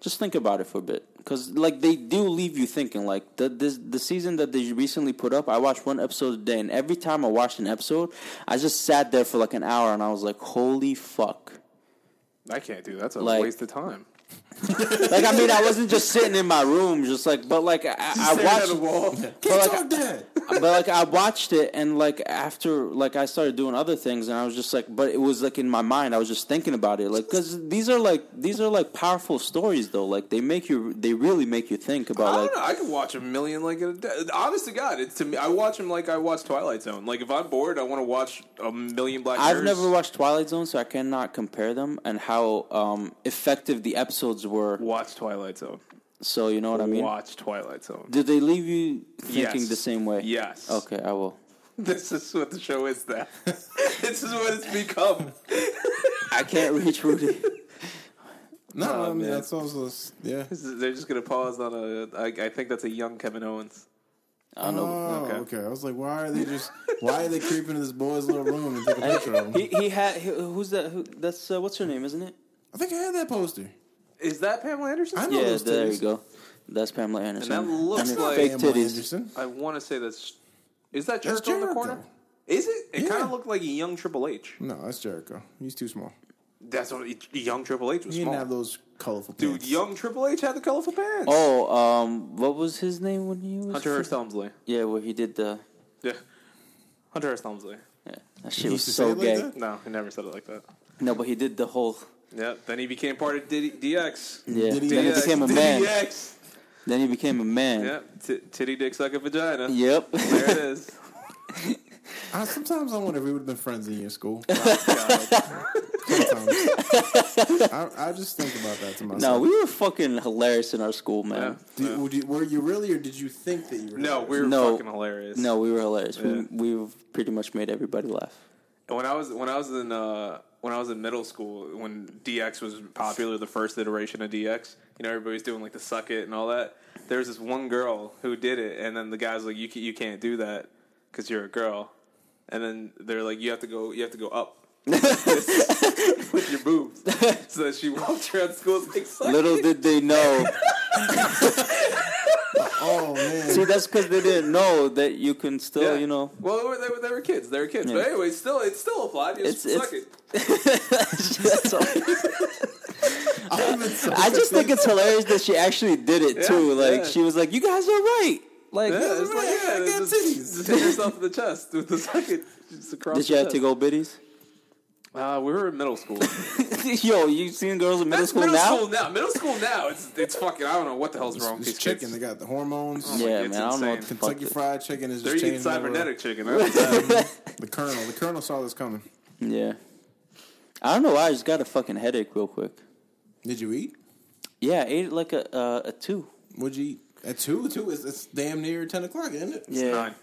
[SPEAKER 5] just think about it for a bit because like they do leave you thinking. Like the this the season that they recently put up, I watched one episode a day, and every time I watched an episode, I just sat there for like an hour, and I was like, holy fuck.
[SPEAKER 4] I can't do that. That's a
[SPEAKER 5] Like-
[SPEAKER 4] waste of time.
[SPEAKER 5] Like I mean, I wasn't just sitting in my room, just like, but like I, I
[SPEAKER 4] Staring at
[SPEAKER 5] watched.
[SPEAKER 4] a wall.
[SPEAKER 3] Can't
[SPEAKER 5] like,
[SPEAKER 3] talk that.
[SPEAKER 5] but like I watched it and like after like I started doing other things and I was just like but it was like in my mind I was just thinking about it like cuz these are like these are like powerful stories though like they make you they really make you think
[SPEAKER 4] I
[SPEAKER 5] about
[SPEAKER 4] don't
[SPEAKER 5] like
[SPEAKER 4] know. I could watch a million like in a day. Honest to God, it's to me. I watch them like I watch Twilight Zone. Like if I'm bored, I want to watch a million Black.
[SPEAKER 5] I've
[SPEAKER 4] Mirrors.
[SPEAKER 5] never watched Twilight Zone so I cannot compare them and how um effective the episodes were
[SPEAKER 4] watch Twilight Zone.
[SPEAKER 5] so you know what I mean
[SPEAKER 4] watch Twilight Zone.
[SPEAKER 5] did they leave you thinking
[SPEAKER 4] Yes.
[SPEAKER 5] the same way
[SPEAKER 4] Yes.
[SPEAKER 5] okay I will
[SPEAKER 4] This is what the show is. That this is what it's become.
[SPEAKER 5] I can't reach Rudy
[SPEAKER 3] No, I mean
[SPEAKER 4] Oh, man.
[SPEAKER 3] that's also s- yeah.
[SPEAKER 4] This is- They're just gonna pause on a. I, I think that's a young Kevin Owens.
[SPEAKER 5] I don't know
[SPEAKER 3] Oh,
[SPEAKER 4] Okay.
[SPEAKER 3] okay. I was like, why are they just? why are they creeping in this boy's little room and taking a picture of him?
[SPEAKER 5] he, he had he, who's that who, that's uh, what's her name isn't it
[SPEAKER 3] I think I had that poster.
[SPEAKER 4] Is that Pamela Anderson?
[SPEAKER 3] I know
[SPEAKER 5] Yeah,
[SPEAKER 3] those
[SPEAKER 5] there
[SPEAKER 3] titties.
[SPEAKER 5] you go. That's Pamela Anderson.
[SPEAKER 4] that looks
[SPEAKER 5] her
[SPEAKER 4] like-
[SPEAKER 5] fake
[SPEAKER 3] Pamela
[SPEAKER 5] titties.
[SPEAKER 3] Anderson.
[SPEAKER 4] I want to say that's. Is that Jericho,
[SPEAKER 3] That's
[SPEAKER 4] in the corner?
[SPEAKER 3] Jericho.
[SPEAKER 4] Is it? It kind
[SPEAKER 3] Yeah.
[SPEAKER 4] of looked like a young Triple H.
[SPEAKER 3] No, that's Jericho. He's too small.
[SPEAKER 4] That's what a young Triple H was
[SPEAKER 3] He didn't
[SPEAKER 4] small.
[SPEAKER 3] have those colorful
[SPEAKER 4] Dude,
[SPEAKER 3] pants.
[SPEAKER 4] young Triple H had the colorful pants.
[SPEAKER 5] Oh, um, what was his name when he was?
[SPEAKER 4] Hunter Hearst Helmsley.
[SPEAKER 5] Yeah, where he did the.
[SPEAKER 4] Yeah. Hunter Hearst Helmsley.
[SPEAKER 5] Yeah, that shit was
[SPEAKER 3] used to say
[SPEAKER 5] so
[SPEAKER 3] it like
[SPEAKER 5] gay.
[SPEAKER 3] that?
[SPEAKER 4] No, he never said it like that.
[SPEAKER 5] no, but he did the whole.
[SPEAKER 4] Yeah. Then he became part of D- DX.
[SPEAKER 5] Yeah,
[SPEAKER 3] Did he
[SPEAKER 5] then he
[SPEAKER 4] DX.
[SPEAKER 5] became a man.
[SPEAKER 4] DX.
[SPEAKER 5] Then he became a man.
[SPEAKER 4] Yeah. T- titty dick suck a vagina.
[SPEAKER 5] Yep.
[SPEAKER 4] There it is.
[SPEAKER 3] I, sometimes I wonder if we would have been friends in your school.
[SPEAKER 4] God.
[SPEAKER 3] sometimes. I, I just think about that to myself.
[SPEAKER 5] No, we were fucking hilarious in our school, man.
[SPEAKER 3] Do you- would you- were you really, or did you think that you were?
[SPEAKER 4] No, we were
[SPEAKER 5] No.
[SPEAKER 4] fucking hilarious.
[SPEAKER 5] No, we were hilarious.
[SPEAKER 4] Yeah.
[SPEAKER 5] We we've pretty much made everybody laugh.
[SPEAKER 4] when I was when I was in uh, when I was in middle school, when DX was popular, the first iteration of DX, you know, everybody's doing like the suck it and all that. There was this one girl who did it, and then the guys like, you ca- you can't do that because you're a girl, and then they're like, you have to go you have to go up. with your boobs, so she walked around school like suck
[SPEAKER 5] Little
[SPEAKER 4] it.
[SPEAKER 5] did they know.
[SPEAKER 3] Oh man.
[SPEAKER 5] See, that's because they didn't know that you can still,
[SPEAKER 4] Yeah.
[SPEAKER 5] you know.
[SPEAKER 4] Well, they were, they were, they were kids. They were kids.
[SPEAKER 5] Yeah.
[SPEAKER 4] But anyway, still, it still applied. It was
[SPEAKER 5] It's-
[SPEAKER 4] suck
[SPEAKER 5] it's-
[SPEAKER 4] it.
[SPEAKER 5] That's all.
[SPEAKER 3] I'm insulted.
[SPEAKER 5] I just think it's hilarious that she actually did it too.
[SPEAKER 4] Yeah,
[SPEAKER 5] Like
[SPEAKER 4] yeah.
[SPEAKER 5] she was like, "You guys are right." Like,
[SPEAKER 4] Yeah, it's like, yeah,
[SPEAKER 3] I got
[SPEAKER 4] just,
[SPEAKER 3] titties.
[SPEAKER 4] just hit yourself in the chest with the second. Just across
[SPEAKER 5] did you
[SPEAKER 4] the
[SPEAKER 5] have to
[SPEAKER 4] chest.
[SPEAKER 5] go biddies?
[SPEAKER 4] Uh, we were in middle school.
[SPEAKER 5] Yo, you seen girls in middle
[SPEAKER 4] That's
[SPEAKER 5] school
[SPEAKER 4] middle
[SPEAKER 5] now?
[SPEAKER 4] school now. Middle school now. It's it's fucking. I don't know what the hell's wrong. with
[SPEAKER 3] It's
[SPEAKER 4] these
[SPEAKER 3] chicken. They
[SPEAKER 4] Kids.
[SPEAKER 3] got the hormones.
[SPEAKER 5] Yeah,
[SPEAKER 4] It's
[SPEAKER 5] man, I don't know what the
[SPEAKER 4] insane.
[SPEAKER 5] fuck.
[SPEAKER 3] Kentucky
[SPEAKER 5] This,
[SPEAKER 3] Fried Chicken is
[SPEAKER 4] They're
[SPEAKER 3] just
[SPEAKER 4] eating
[SPEAKER 3] changing the world.
[SPEAKER 4] cybernetic chicken. That's what
[SPEAKER 3] The Colonel. The Colonel saw this coming.
[SPEAKER 5] yeah, I don't know why. I just got a fucking headache real quick.
[SPEAKER 3] Did you eat?
[SPEAKER 5] Yeah, I ate it like a uh, a two.
[SPEAKER 3] What'd you eat? At two, two is it's damn near ten o'clock, isn't it?
[SPEAKER 5] Yeah,
[SPEAKER 4] nine.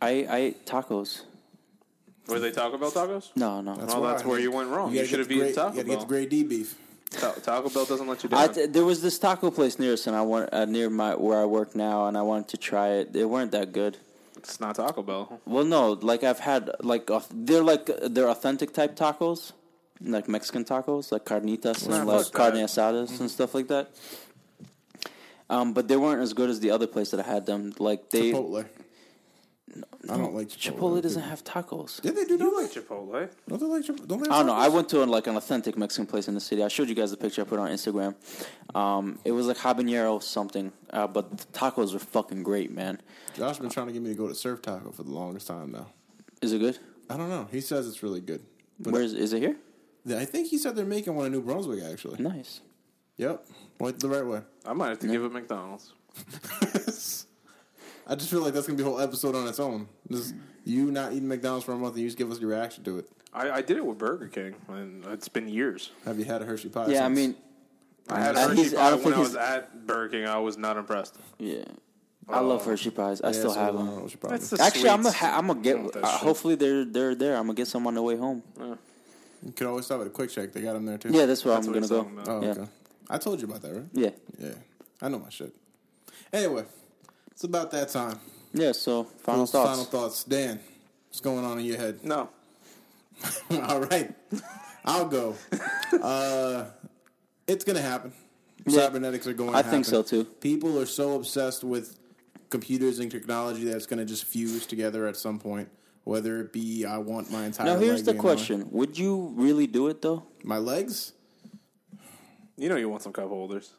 [SPEAKER 5] I I ate tacos.
[SPEAKER 4] Were they Taco Bell tacos?
[SPEAKER 5] No, no.
[SPEAKER 3] That's
[SPEAKER 4] Well,
[SPEAKER 3] why,
[SPEAKER 4] that's where
[SPEAKER 3] man.
[SPEAKER 4] you went wrong.
[SPEAKER 3] gotta
[SPEAKER 4] You
[SPEAKER 3] get
[SPEAKER 4] should have
[SPEAKER 3] the
[SPEAKER 4] eaten
[SPEAKER 3] grade-
[SPEAKER 4] Taco
[SPEAKER 3] You gotta get
[SPEAKER 4] Bell.
[SPEAKER 3] the grade D beef.
[SPEAKER 4] Ta- Taco Bell doesn't let you
[SPEAKER 5] I
[SPEAKER 4] down.
[SPEAKER 5] t- there was this taco place near us, and I want uh, near my where I work now, and I wanted to try it. They weren't that good.
[SPEAKER 4] it's not Taco Bell.
[SPEAKER 5] Well, no, like I've had like au- they're like uh, they're authentic type tacos, like Mexican tacos, like carnitas and
[SPEAKER 4] Nah,
[SPEAKER 5] like
[SPEAKER 4] fuck
[SPEAKER 5] carne
[SPEAKER 4] that.
[SPEAKER 5] asadas
[SPEAKER 3] Mm-hmm.
[SPEAKER 5] and stuff like that. Um, but they weren't as good as the other place that I had them. Like they Chipotle,
[SPEAKER 3] Chipotle. I don't like Chipotle.
[SPEAKER 5] doesn't have tacos.
[SPEAKER 3] Did they do
[SPEAKER 4] You
[SPEAKER 3] that?
[SPEAKER 4] like Chipotle?
[SPEAKER 3] Don't they like Chipotle? Don't they have
[SPEAKER 5] I don't know. I
[SPEAKER 3] tacos?
[SPEAKER 5] went to like an authentic Mexican place in the city. I showed you guys the picture I put on Instagram. Um, it was like habanero something, uh, but the tacos were fucking great, man.
[SPEAKER 3] Josh been trying to get me to go to Surf Taco for the longest time now.
[SPEAKER 5] Is it good?
[SPEAKER 3] I don't know. He says it's really good. But
[SPEAKER 5] Where is is it here?
[SPEAKER 3] I think he said they're making one in New Brunswick actually.
[SPEAKER 5] Nice.
[SPEAKER 3] Yep. Went the right way.
[SPEAKER 4] I might have to give it McDonald's.
[SPEAKER 3] I just feel like that's gonna be a whole episode on its own. Just you not eating McDonald's for a month and you just give us your reaction to it.
[SPEAKER 4] I, I did it with Burger King, and it's been years.
[SPEAKER 3] Have you had a Hershey pie?
[SPEAKER 5] Yeah, I
[SPEAKER 3] since?
[SPEAKER 5] mean,
[SPEAKER 4] I had
[SPEAKER 5] I
[SPEAKER 4] a
[SPEAKER 5] think-
[SPEAKER 4] Hershey
[SPEAKER 5] I
[SPEAKER 4] pie
[SPEAKER 5] don't
[SPEAKER 4] when
[SPEAKER 5] think
[SPEAKER 4] I was
[SPEAKER 5] it's-
[SPEAKER 4] at Burger King. I was not impressed.
[SPEAKER 5] yeah. I love Hershey pies. I
[SPEAKER 3] Oh. Yeah,
[SPEAKER 5] still
[SPEAKER 3] so
[SPEAKER 5] have
[SPEAKER 3] I don't
[SPEAKER 5] them.
[SPEAKER 3] know what your problem is.
[SPEAKER 4] the
[SPEAKER 5] Actually, I'm gonna
[SPEAKER 4] sweets.
[SPEAKER 5] ha- I'm gonna
[SPEAKER 4] I want
[SPEAKER 5] get.
[SPEAKER 4] that
[SPEAKER 5] Uh,
[SPEAKER 4] shit.
[SPEAKER 5] hopefully, they're they're there. I'm gonna get some on the way home.
[SPEAKER 3] You could always stop at a quick check. They got them there too.
[SPEAKER 5] Yeah, that's where
[SPEAKER 4] That's
[SPEAKER 5] I'm
[SPEAKER 4] what
[SPEAKER 5] gonna
[SPEAKER 4] he's
[SPEAKER 5] go.
[SPEAKER 4] talking about.
[SPEAKER 3] Oh,
[SPEAKER 5] yeah.
[SPEAKER 3] okay. I told you about that, right?
[SPEAKER 5] Yeah,
[SPEAKER 3] Yeah. I know my shit. Anyway, it's about that time.
[SPEAKER 5] yeah. So final
[SPEAKER 3] Those
[SPEAKER 5] thoughts.
[SPEAKER 3] Final thoughts. Dan, what's going on in your head?
[SPEAKER 4] No,
[SPEAKER 3] All right. I'll go. Uh, it's going to happen.
[SPEAKER 5] Yeah.
[SPEAKER 3] Cybernetics are going to
[SPEAKER 5] I think so, too.
[SPEAKER 3] People are so obsessed with computers and technology that it's going to just fuse together at some point. Whether it be I want my entire
[SPEAKER 5] Now here's
[SPEAKER 3] leg
[SPEAKER 5] the
[SPEAKER 3] being on-
[SPEAKER 5] question: Would you really do it though?
[SPEAKER 3] My legs?
[SPEAKER 4] you know you want some cup holders.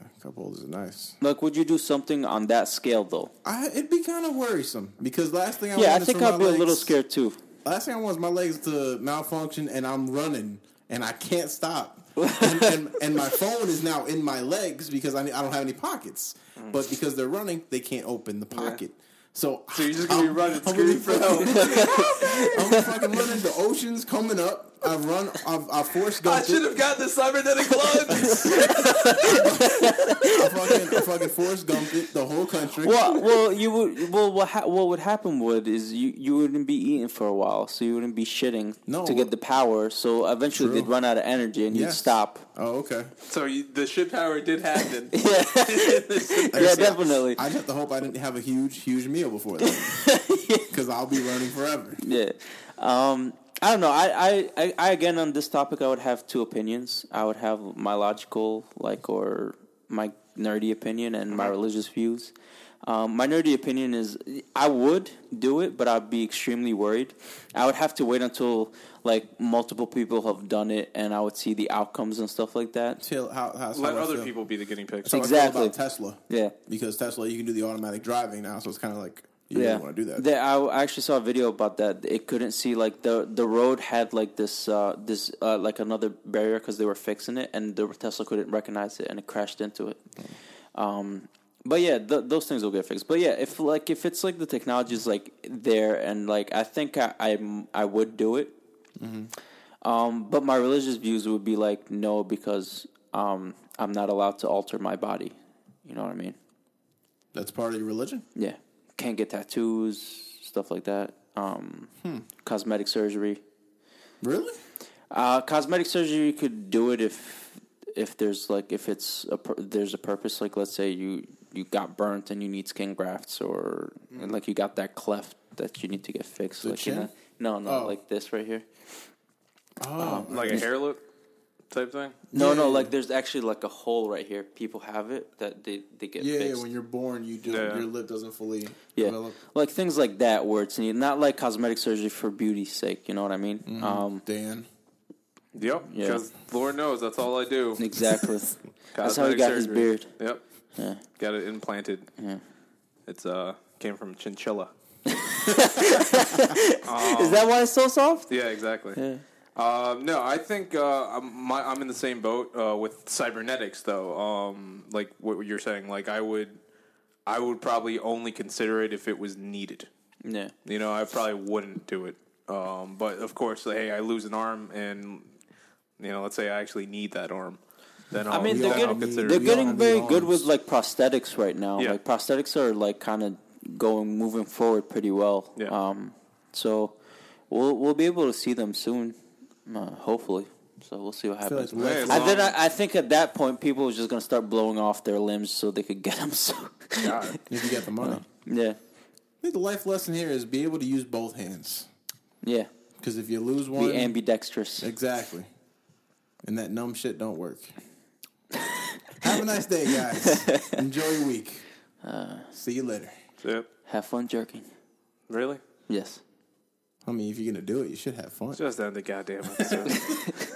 [SPEAKER 3] A couple is nice.
[SPEAKER 5] Like, would you do something on that scale though?
[SPEAKER 3] I, it'd be kind of worrisome because last thing I
[SPEAKER 5] Yeah, I
[SPEAKER 3] want is
[SPEAKER 5] think
[SPEAKER 3] for
[SPEAKER 5] I'd
[SPEAKER 3] my
[SPEAKER 5] be a little
[SPEAKER 3] legs-
[SPEAKER 5] scared too.
[SPEAKER 3] Last thing I want is my legs to malfunction and I'm running and I can't stop. and, and, and my phone is now in my legs because I, I don't have any pockets.
[SPEAKER 4] Mm.
[SPEAKER 3] But because they're running, they can't open the pocket. So,
[SPEAKER 4] So you're just gonna be running, screaming for help.
[SPEAKER 3] I'm fucking running. The ocean's coming up. I've run. I've, I forced
[SPEAKER 4] I
[SPEAKER 3] gumped
[SPEAKER 4] should
[SPEAKER 3] it.
[SPEAKER 4] have gotten the cybernetic blood.
[SPEAKER 3] I fucking, I fucking forced gumped it. The whole country.
[SPEAKER 5] Well, well, you would. Well, what ha- what would happen would is you you wouldn't be eating for a while, so you wouldn't be shitting
[SPEAKER 3] No,
[SPEAKER 5] to
[SPEAKER 3] well-
[SPEAKER 5] get the power. So eventually,
[SPEAKER 3] True.
[SPEAKER 5] they'd run out of energy and you'd
[SPEAKER 3] Yes.
[SPEAKER 5] stop.
[SPEAKER 3] Oh, okay.
[SPEAKER 4] so you, the shit power did happen.
[SPEAKER 5] Yeah, definitely.
[SPEAKER 3] I just have to hope I didn't have a huge, huge meal before that. Because I'll be running forever.
[SPEAKER 5] Yeah. Um, I don't know. I, I, I, I again on this topic, I would have two opinions. I would have my logical, like, or my nerdy opinion, and my religious views. Um, my nerdy opinion is I would do it, but I'd be extremely worried. I would have to wait until like multiple people have done it, and I would see the outcomes and stuff like that.
[SPEAKER 3] Till how, how,
[SPEAKER 4] Let
[SPEAKER 3] how I
[SPEAKER 4] other
[SPEAKER 3] feel.
[SPEAKER 4] people be the guinea pigs.
[SPEAKER 3] So
[SPEAKER 5] Exactly.
[SPEAKER 3] I feel about Tesla.
[SPEAKER 5] Yeah.
[SPEAKER 3] Because Tesla, you can do the automatic driving now, so it's kind of like you
[SPEAKER 5] yeah.
[SPEAKER 3] don't want to do that.
[SPEAKER 5] They- I actually saw a video about that. It couldn't see like the the road had like this uh, this uh, like another barrier because they were fixing it, and the Tesla couldn't recognize it, and it crashed into it. Um, but yeah, th- those things will get fixed. But yeah, if like if it's like the
[SPEAKER 3] Mm-hmm.
[SPEAKER 5] technology is like there, and like I think I I, I would do it. Um, but my religious views would be like no, because um, I'm not allowed to alter my body. You know what I mean?
[SPEAKER 3] That's part of your religion.
[SPEAKER 5] Yeah, can't get tattoos, stuff like that. Um,
[SPEAKER 3] Hmm.
[SPEAKER 5] Cosmetic surgery.
[SPEAKER 3] Really?
[SPEAKER 5] Uh, cosmetic surgery you could do it if if there's like if it's a pur- there's a purpose. Like let's say you you got burnt and you need skin grafts, or and, like you got that cleft that you need to get fixed.
[SPEAKER 3] Hmm. The
[SPEAKER 5] like you know,
[SPEAKER 3] chin?
[SPEAKER 5] no, no,
[SPEAKER 3] Oh.
[SPEAKER 5] like this right here.
[SPEAKER 3] Oh,
[SPEAKER 4] Like a hair look type thing.
[SPEAKER 5] No,
[SPEAKER 3] Yeah,
[SPEAKER 5] no,
[SPEAKER 3] yeah,
[SPEAKER 5] like there's actually like a hole right here. People have it that they they get
[SPEAKER 3] yeah, yeah.
[SPEAKER 5] fixed.
[SPEAKER 3] When you're born, you do
[SPEAKER 4] Yeah.
[SPEAKER 3] your lip doesn't fully
[SPEAKER 5] Yeah,
[SPEAKER 3] develop.
[SPEAKER 5] like things like that where it's needed. Not like cosmetic surgery for beauty's sake. You know what I mean?
[SPEAKER 3] Mm-hmm.
[SPEAKER 5] Um,
[SPEAKER 3] Dan,
[SPEAKER 4] Yep.
[SPEAKER 5] Yeah.
[SPEAKER 4] Because Lord knows that's all I do.
[SPEAKER 5] exactly. That's how he
[SPEAKER 4] Cosmetic
[SPEAKER 5] got his
[SPEAKER 4] surgery.
[SPEAKER 5] beard.
[SPEAKER 4] Yep.
[SPEAKER 5] Yeah.
[SPEAKER 4] Got it implanted. It's uh came from chinchilla.
[SPEAKER 5] Is that why it's so soft?
[SPEAKER 4] Yeah, exactly. Um, no, I think uh, I'm, my, I'm in the same boat uh, with cybernetics, though. Um, like what you're saying, like I would, I would probably only consider it if it was needed.
[SPEAKER 5] Yeah.
[SPEAKER 4] You know, I probably wouldn't do it. Um, but of course, hey, I lose an arm, and you know, let's say I actually need that arm. Then I'll,
[SPEAKER 5] I mean, they're
[SPEAKER 4] then I'll
[SPEAKER 5] getting,
[SPEAKER 4] consider
[SPEAKER 5] they're
[SPEAKER 4] it.
[SPEAKER 3] We all
[SPEAKER 5] getting
[SPEAKER 3] need
[SPEAKER 5] very
[SPEAKER 3] arms.
[SPEAKER 5] good with like prosthetics right now.
[SPEAKER 4] Yeah.
[SPEAKER 5] Like prosthetics are like kind of going moving forward pretty well.
[SPEAKER 4] Yeah.
[SPEAKER 5] Um, so we'll we'll be able to see them soon, uh, hopefully. So we'll see what
[SPEAKER 3] I feel
[SPEAKER 5] happens.
[SPEAKER 3] like life-
[SPEAKER 4] it's
[SPEAKER 5] I, then
[SPEAKER 4] long.
[SPEAKER 5] I, I think at that point people are just gonna start blowing off their limbs so they could get them. So
[SPEAKER 4] God.
[SPEAKER 3] if you got the money.
[SPEAKER 5] yeah,
[SPEAKER 3] I think the life lesson here is be able to use both hands.
[SPEAKER 5] yeah,
[SPEAKER 3] Because if you lose one,
[SPEAKER 5] be ambidextrous.
[SPEAKER 3] exactly, and that numb shit don't work. Have a nice day, guys. Enjoy your week.
[SPEAKER 5] Uh.
[SPEAKER 3] See you later.
[SPEAKER 4] Yep.
[SPEAKER 5] Have fun jerking.
[SPEAKER 4] Really?
[SPEAKER 5] Yes.
[SPEAKER 3] I mean, if you're gonna do it, you should have fun.
[SPEAKER 4] Just end the goddamn episode.